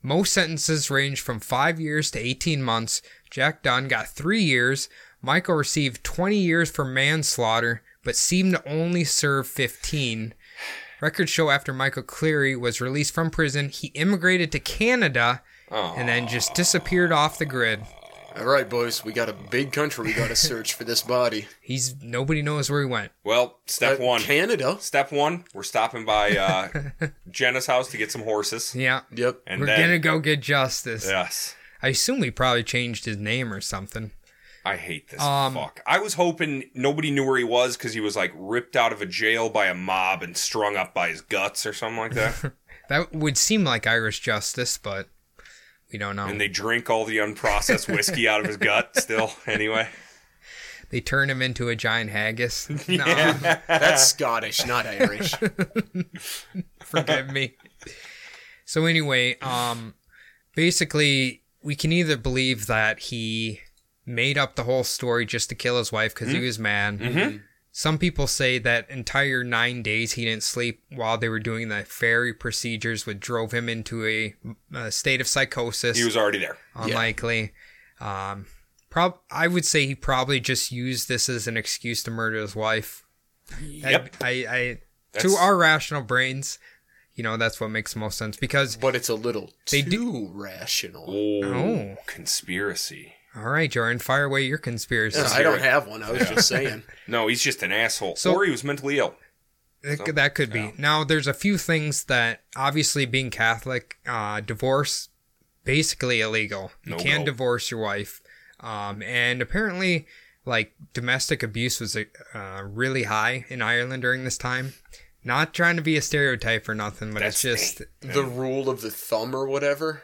Speaker 8: Most sentences range from five years to 18 months. Jack Dunn got three years. Michael received 20 years for manslaughter, but seemed to only serve 15. Records show after Michael Cleary was released from prison, he immigrated to Canada and then just disappeared off the grid.
Speaker 6: All right, boys, we got a big country. We got to search for this body.
Speaker 8: He's nobody knows where he went.
Speaker 9: Well, step
Speaker 6: Uh,
Speaker 9: one.
Speaker 6: Canada.
Speaker 9: Step one. We're stopping by uh, Jenna's house to get some horses,
Speaker 8: Yeah.
Speaker 6: Yep.
Speaker 9: and
Speaker 8: We're
Speaker 9: then
Speaker 8: gonna go get justice.
Speaker 9: yes.
Speaker 8: I assume he probably changed his name or something.
Speaker 9: I hate this
Speaker 8: Um,
Speaker 9: fuck. I was hoping nobody knew where he was because he was like ripped out of a jail by a mob and strung up by his guts or something like that.
Speaker 8: That would seem like Irish justice, but we don't know.
Speaker 9: and
Speaker 8: they-,
Speaker 9: they drink all the unprocessed whiskey out of his gut still. Anyway,
Speaker 8: turn him into a giant haggis. No,
Speaker 6: That's Scottish, not Irish.
Speaker 8: forgive me. So anyway, um, basically, we can either believe that he made up the whole story just to kill his wife because
Speaker 9: Hmm?
Speaker 8: he was mad.
Speaker 9: Mm-hmm.
Speaker 8: Some people say that entire nine days he didn't sleep while they were doing the fairy procedures, which drove him into a, a state of psychosis.
Speaker 9: he was already there.
Speaker 8: unlikely. Um, prob I would say he probably just used this as an excuse to murder his wife.
Speaker 9: Yep.
Speaker 8: I, I, I to
Speaker 9: That's-
Speaker 8: our rational brains, you know that's what makes most sense because.
Speaker 6: But it's a little
Speaker 8: They
Speaker 6: too
Speaker 8: do-
Speaker 6: rational.
Speaker 9: Oh,
Speaker 8: Oh.
Speaker 9: conspiracy.
Speaker 8: All right, Jordan, fire away your conspiracy.
Speaker 6: I don't have one. I was just saying.
Speaker 9: No, he's just an asshole.
Speaker 8: So-
Speaker 9: or he was mentally ill.
Speaker 8: That, could- that could be. Now, there's a few things that obviously being Catholic, uh, divorce basically illegal. You
Speaker 9: No
Speaker 8: can
Speaker 9: go.
Speaker 8: divorce your wife, um, and apparently, like domestic abuse was uh, really high in Ireland during this time. Not trying to be a stereotype or nothing, but it's
Speaker 9: That's
Speaker 8: just
Speaker 6: The rule of the thumb or whatever.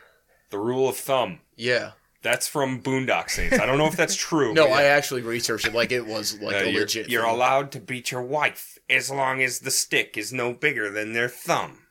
Speaker 9: The rule of thumb.
Speaker 6: Yeah.
Speaker 9: That's from Boondock Saints. I don't know if that's true.
Speaker 6: No,
Speaker 9: but
Speaker 6: I actually researched it. Like it was like
Speaker 9: uh,
Speaker 6: a
Speaker 9: Oh, you're,
Speaker 6: legit.
Speaker 9: You're
Speaker 6: thing.
Speaker 9: allowed to beat your wife as long as the stick is no bigger than their thumb.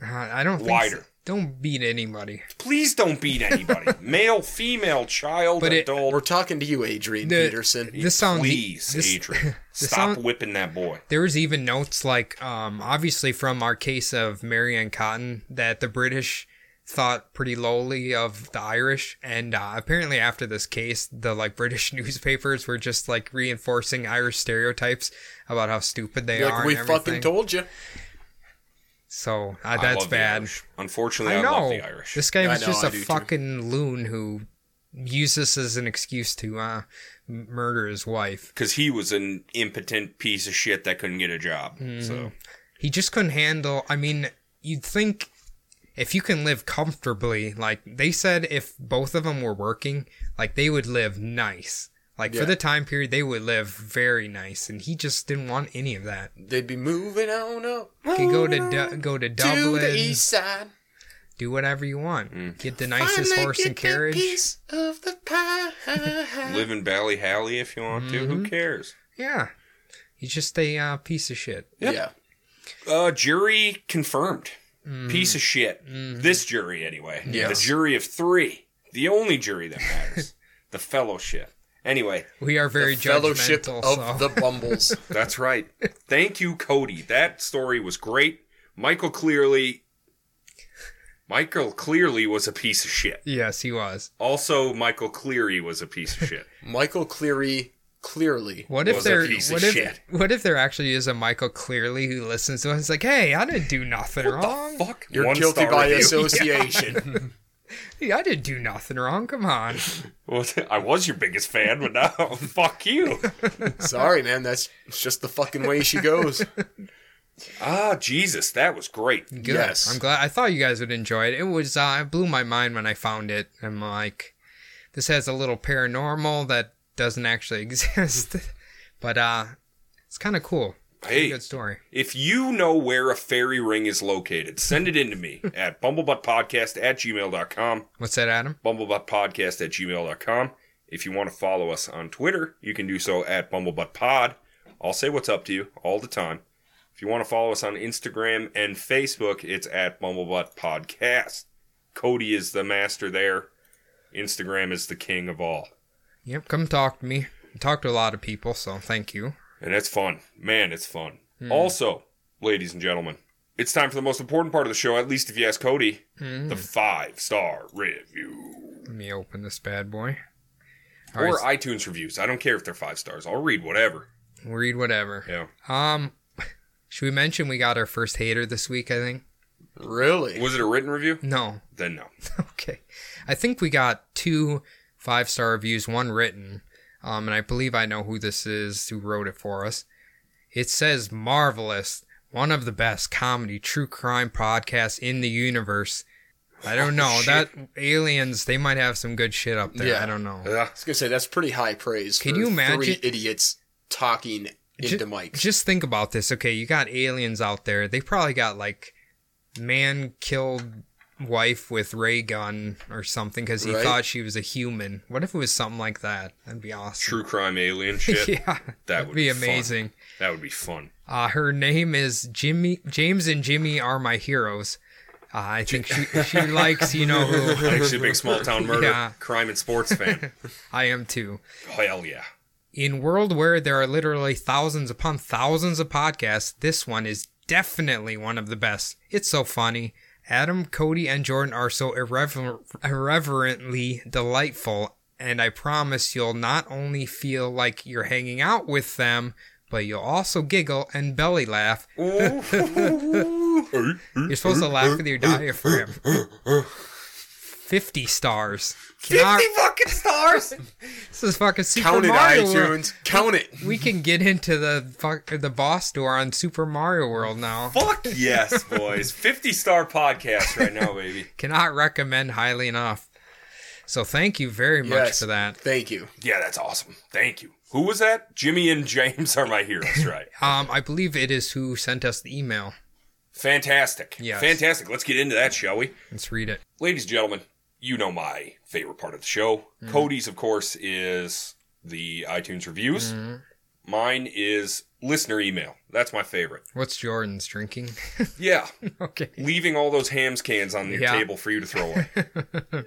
Speaker 8: Uh, I don't think.
Speaker 9: Wider.
Speaker 8: so. Don't beat anybody.
Speaker 9: Please don't beat anybody, male, female, child,
Speaker 8: But it-
Speaker 9: adult.
Speaker 6: We're talking to you, Adrian
Speaker 8: The-
Speaker 6: Peterson.
Speaker 8: This sounds. e
Speaker 9: Please,
Speaker 8: this-
Speaker 9: Adrian,
Speaker 8: this
Speaker 9: stop
Speaker 8: sound-
Speaker 9: whipping that boy.
Speaker 8: There was even notes like, um, obviously from our case of Marianne Cotton, that the British thought pretty lowly of the Irish, and uh, apparently after this case, the like British newspapers were just like reinforcing Irish stereotypes about how stupid they
Speaker 6: You're
Speaker 8: are.
Speaker 6: like
Speaker 8: and
Speaker 6: we
Speaker 8: everything.
Speaker 6: fucking told you.
Speaker 8: So uh,
Speaker 9: I
Speaker 8: that's
Speaker 9: love the
Speaker 8: bad.
Speaker 9: Irish. Unfortunately, I,
Speaker 8: I know.
Speaker 9: love the Irish.
Speaker 8: This guy
Speaker 6: I
Speaker 8: was
Speaker 6: know,
Speaker 8: just
Speaker 6: I
Speaker 8: a
Speaker 6: do too.
Speaker 8: fucking loon who used this as an excuse to uh, m- murder his wife.
Speaker 9: because he was an impotent piece of shit that couldn't get a job. So
Speaker 8: He just couldn't handle. I mean, you'd think if you can live comfortably, like they said, if both of them were working, like they would live nice. Like for
Speaker 6: Yeah.
Speaker 8: the time period, they would live very nice, and he just didn't want any of that.
Speaker 6: They'd be moving on up
Speaker 8: Could go to Du- go to
Speaker 6: Oh, to
Speaker 8: Dublin,
Speaker 6: the east side.
Speaker 8: do whatever you want, get the nicest
Speaker 6: Finally
Speaker 8: horse
Speaker 6: get
Speaker 8: and
Speaker 6: that
Speaker 8: carriage.
Speaker 6: Piece of the pie.
Speaker 9: live in Ballyhally if you want to.
Speaker 8: Mm-hmm.
Speaker 9: Who cares?
Speaker 8: Yeah, he's just a uh, piece of shit.
Speaker 6: Yeah.
Speaker 9: Uh, jury confirmed.
Speaker 6: Mm.
Speaker 9: Piece of shit.
Speaker 6: Mm-hmm.
Speaker 9: This jury, anyway. The
Speaker 6: Yes.
Speaker 9: jury of three. The only jury that matters. the fellowship. Anyway,
Speaker 8: We are very
Speaker 6: the fellowship
Speaker 8: judgmental.
Speaker 6: of
Speaker 8: so.
Speaker 6: the Bumbles.
Speaker 9: that's right. Thank you, Cody. That story was great. Michael clearly. Michael clearly was a piece of shit.
Speaker 8: yes, he was.
Speaker 9: Also, Michael Cleary was a piece of shit.
Speaker 6: Michael Cleary, clearly.
Speaker 8: What if
Speaker 9: Was a
Speaker 8: there?
Speaker 9: piece of
Speaker 8: What if?
Speaker 9: shit.
Speaker 8: What if there actually is a Michael Clearly who listens to us? It's like, hey, I didn't do nothing wrong.
Speaker 9: Fuck,
Speaker 6: Oh, You're
Speaker 9: one
Speaker 6: guilty
Speaker 9: star
Speaker 6: by
Speaker 9: review.
Speaker 6: association.
Speaker 8: Hey, I didn't do nothing wrong. Come on.
Speaker 9: Well, I was your biggest fan, but now fuck you.
Speaker 6: Sorry, man. That's it's just the fucking way she goes.
Speaker 9: Ah, Jesus, that was great.
Speaker 8: Good.
Speaker 6: Yes.
Speaker 8: I'm glad. I thought you guys would enjoy it. It was. Uh, it blew my mind when I found it. I'm like, this has a little paranormal that doesn't actually exist, but uh, it's kind of cool.
Speaker 9: Hey,
Speaker 8: Good story.
Speaker 9: if you know where a fairy ring is located, send it in to me at bumblebuttpodcast at gmail.com,
Speaker 8: What's that, Adam?
Speaker 9: bumblebuttpodcast at gmail.com. If you want to follow us on Twitter, you can do so at bumblebuttpod. I'll say what's up to you all the time. If you want to follow us on Instagram and Facebook, it's at bumblebuttpodcast. Cody is the master there. Instagram is the king of all.
Speaker 8: Yep. Come talk to me. Talk to a lot of people, so thank you.
Speaker 9: And that's fun. Man, it's fun.
Speaker 8: Hmm.
Speaker 9: Also, ladies and gentlemen, it's time for the most important part of the show, at least if you ask Cody,
Speaker 8: Hmm.
Speaker 9: the five star review.
Speaker 8: Let me open this bad boy. All
Speaker 9: Or
Speaker 8: right,
Speaker 9: iTunes reviews. I don't care if they're five stars. I'll read whatever.
Speaker 8: we'll read whatever.
Speaker 9: Yeah.
Speaker 8: Um, should we mention we got our first hater this week? I think
Speaker 6: Really?
Speaker 9: Was it a written review?
Speaker 8: no.
Speaker 9: Then no.
Speaker 8: okay, I think we got two five star reviews, one written. Um, and I believe I know who this is who wrote it for us. It says marvelous, one of the best comedy true crime podcasts in the universe. I don't know that aliens. They might have some good shit up there.
Speaker 6: Yeah.
Speaker 8: I don't know.
Speaker 9: Yeah.
Speaker 6: I was gonna say that's pretty high praise.
Speaker 8: Can
Speaker 6: for
Speaker 8: you imagine-
Speaker 6: three idiots talking
Speaker 8: Ju-
Speaker 6: into mics?
Speaker 8: Just think about this. Okay, you got aliens out there. They probably got like man killed wife with ray gun or something because he
Speaker 6: Right.
Speaker 8: thought she was a human. What if it was something like that? That'd be awesome.
Speaker 9: True crime alien shit.
Speaker 8: yeah,
Speaker 9: That
Speaker 8: that'd
Speaker 9: would
Speaker 8: be,
Speaker 9: fun.
Speaker 8: amazing.
Speaker 9: That would be fun.
Speaker 8: Uh, her name is Jimmy. James and Jimmy are my heroes. Uh, I think she, she likes you know who.
Speaker 9: Actually, a big small town murder,
Speaker 8: Yeah.
Speaker 9: crime and sports fan.
Speaker 8: I am too.
Speaker 9: Hell yeah.
Speaker 8: In world where there are literally thousands upon thousands of podcasts, this one is definitely one of the best. It's so funny. Adam, Cody, and Jordan are so irrever- irreverently delightful, and I promise you'll not only feel like you're hanging out with them, but you'll also giggle and belly laugh. You're supposed to laugh with your diaphragm. 50 stars. Cannot-
Speaker 9: fucking stars!
Speaker 8: this is fucking Super
Speaker 6: Count it,
Speaker 8: Mario World
Speaker 6: iTunes. Count it.
Speaker 8: we can get into the fuck, the boss door on Super Mario World now.
Speaker 9: Fuck yes, boys. 50 star podcast right now, baby.
Speaker 8: Cannot recommend highly enough. So thank you very much
Speaker 6: Yes.
Speaker 8: for that.
Speaker 6: Thank you.
Speaker 9: Yeah, that's awesome. Thank you. Who was that? Jimmy and James are my heroes, right?
Speaker 8: Um, I believe it is who sent us the email.
Speaker 9: Fantastic.
Speaker 8: Yes.
Speaker 9: Fantastic. Let's get into that, shall we?
Speaker 8: Let's read it.
Speaker 9: Ladies and gentlemen, you know my favorite part of the show. Cody's, of course, is the iTunes reviews. Mine is listener email. That's my favorite.
Speaker 8: What's Jordan's drinking?
Speaker 9: Yeah,
Speaker 8: okay.
Speaker 9: leaving all those hams cans on your
Speaker 8: Yeah.
Speaker 9: table for you to throw away.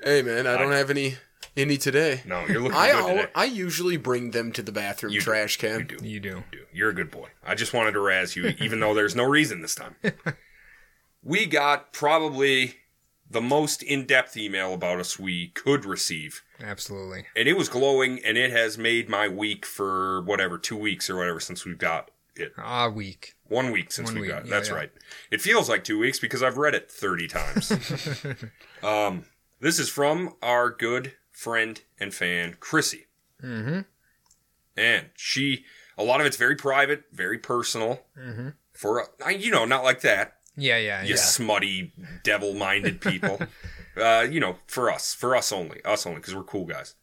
Speaker 6: Hey man, I don't have any any today.
Speaker 9: No, you're looking
Speaker 6: I
Speaker 9: good
Speaker 6: al-
Speaker 9: today.
Speaker 6: I usually bring them to the bathroom
Speaker 9: You do.
Speaker 6: trash can.
Speaker 9: You do.
Speaker 8: You do.
Speaker 9: do. You're a good boy. I just wanted to razz you, even though there's no reason this time. We got probably the most in depth email about us we could receive.
Speaker 8: Absolutely.
Speaker 9: And it was glowing, and it has made my week for whatever, two weeks or whatever since we've got it.
Speaker 8: Ah, week.
Speaker 9: One week since
Speaker 8: One
Speaker 9: we
Speaker 8: week,
Speaker 9: got it.
Speaker 8: yeah,
Speaker 9: That's
Speaker 8: yeah.
Speaker 9: right. It feels like two weeks because I've read it 30 times. um, this is from our good friend and fan, Chrissy.
Speaker 8: Mm-hmm.
Speaker 9: and she a lot of it's very private very personal
Speaker 8: Mhm.
Speaker 9: for uh, you know not like that
Speaker 8: Yeah, yeah,
Speaker 9: you smutty devil-minded people uh, you know for us for us only us only because we're cool guys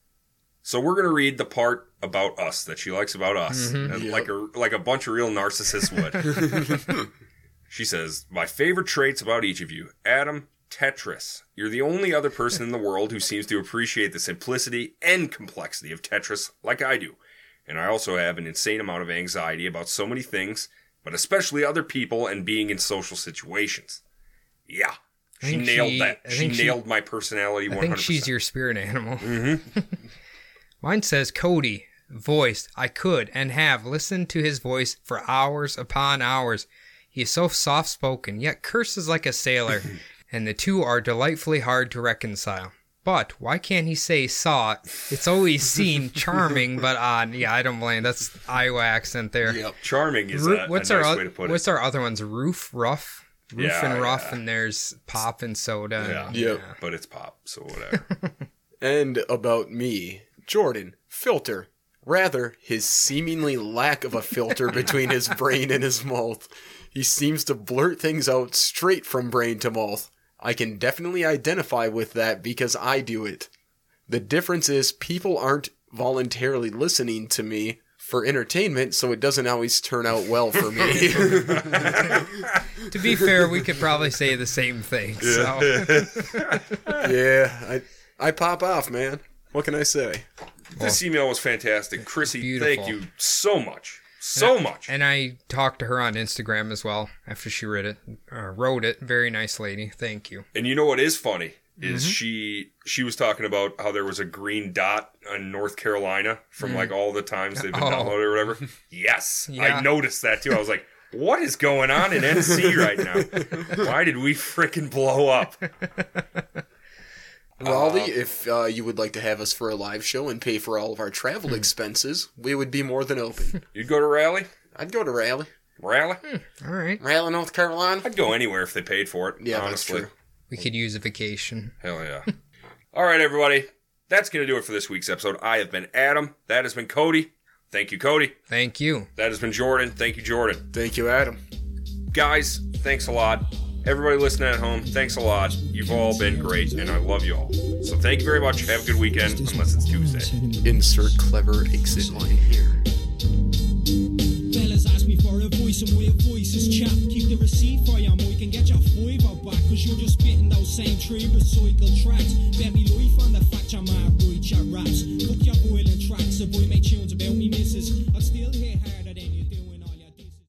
Speaker 9: so we're gonna read the part about us that she likes about us
Speaker 8: Mhm.
Speaker 9: and
Speaker 6: Yep.
Speaker 9: like a like a bunch of real narcissists would she says my favorite traits about each of you adam tetris you're the only other person in the world who seems to appreciate the simplicity and complexity of tetris like i do and I also have an insane amount of anxiety about so many things, but especially other people and being in social situations. Yeah,
Speaker 8: I
Speaker 9: she
Speaker 8: think
Speaker 9: nailed
Speaker 8: she-
Speaker 9: that.
Speaker 8: I
Speaker 9: She
Speaker 8: think she-
Speaker 9: nailed my personality.
Speaker 8: I
Speaker 9: 100%.
Speaker 8: think she's your spirit animal.
Speaker 9: hmm
Speaker 8: Mine says Cody voiced. I could and have listened to his voice for hours upon hours. He is so soft spoken, yet curses like a sailor, and the two are delightfully hard to reconcile. But why can't he say saw? It's always seen charming but odd. Yeah, I don't blame. That's Iowa accent there.
Speaker 6: Yep.
Speaker 9: Charming is
Speaker 8: Ru-
Speaker 9: a,
Speaker 8: what's
Speaker 9: a nice
Speaker 8: our oth-
Speaker 9: way to put
Speaker 8: what's
Speaker 9: it.
Speaker 8: our other ones? Roof, rough, roof
Speaker 9: Yeah,
Speaker 8: and rough,
Speaker 9: yeah.
Speaker 8: and there's pop and soda.
Speaker 9: Yeah.
Speaker 8: and-
Speaker 6: Yep.
Speaker 9: But it's pop, so whatever.
Speaker 6: And about me, Jordan, filter. Rather, his seemingly lack of a filter between his brain and his mouth. He seems to blurt things out straight from brain to mouth. I can definitely identify with that because I do it. The difference is people aren't voluntarily listening to me for entertainment, so it doesn't always turn out well for me.
Speaker 8: To be fair, we could probably say the same thing. So.
Speaker 6: yeah, I I pop off, man. What can I say?
Speaker 9: this email was fantastic, Chrissy.
Speaker 8: Beautiful.
Speaker 9: Thank you so much, so much.
Speaker 8: And I talked to her on Instagram as well after she read it, uh, wrote it. Very nice lady. Thank you.
Speaker 9: And you know what is funny
Speaker 8: Mm-hmm.
Speaker 9: is she she was talking about how there was a green dot in North Carolina from like all the times they've been
Speaker 8: Mm. Oh.
Speaker 9: downloaded or whatever. Yes,
Speaker 8: Yeah.
Speaker 9: I noticed that too. I was like, what is going on in NC right now? Why did we freaking blow up?
Speaker 6: Raleigh, if uh, you would like to have us for a live show and pay for all of our travel expenses, we would be more than open.
Speaker 9: You'd go to Raleigh,
Speaker 6: I'd go to Raleigh,
Speaker 9: Raleigh.
Speaker 8: All right.
Speaker 6: Raleigh, North Carolina.
Speaker 9: I'd go anywhere if they paid for it.
Speaker 6: Yeah,
Speaker 9: honestly.
Speaker 6: that's true.
Speaker 8: We could use a vacation.
Speaker 9: Hell yeah. All right, everybody. That's going to do it for this week's episode. I have been Adam. That has been Cody. Thank you, Cody.
Speaker 8: Thank you.
Speaker 9: That has been Jordan. Thank you, Jordan.
Speaker 6: Thank you, Adam.
Speaker 9: guys, thanks a lot. Everybody listening at home, thanks a lot. You've all been great, and I love you all. So thank you very much. Have a good weekend, unless it's Tuesday.
Speaker 6: Insert clever exit line here.
Speaker 7: Fellas ask me for a voice and we're voices chat. Keep the receipt for you and we can get your fiver back. Cause you're just spitting those same tree recycled tracks. Bet me life on the fact you might write your raps. Book your boiling tracks, a boy make tunes about me misses. I'm still here.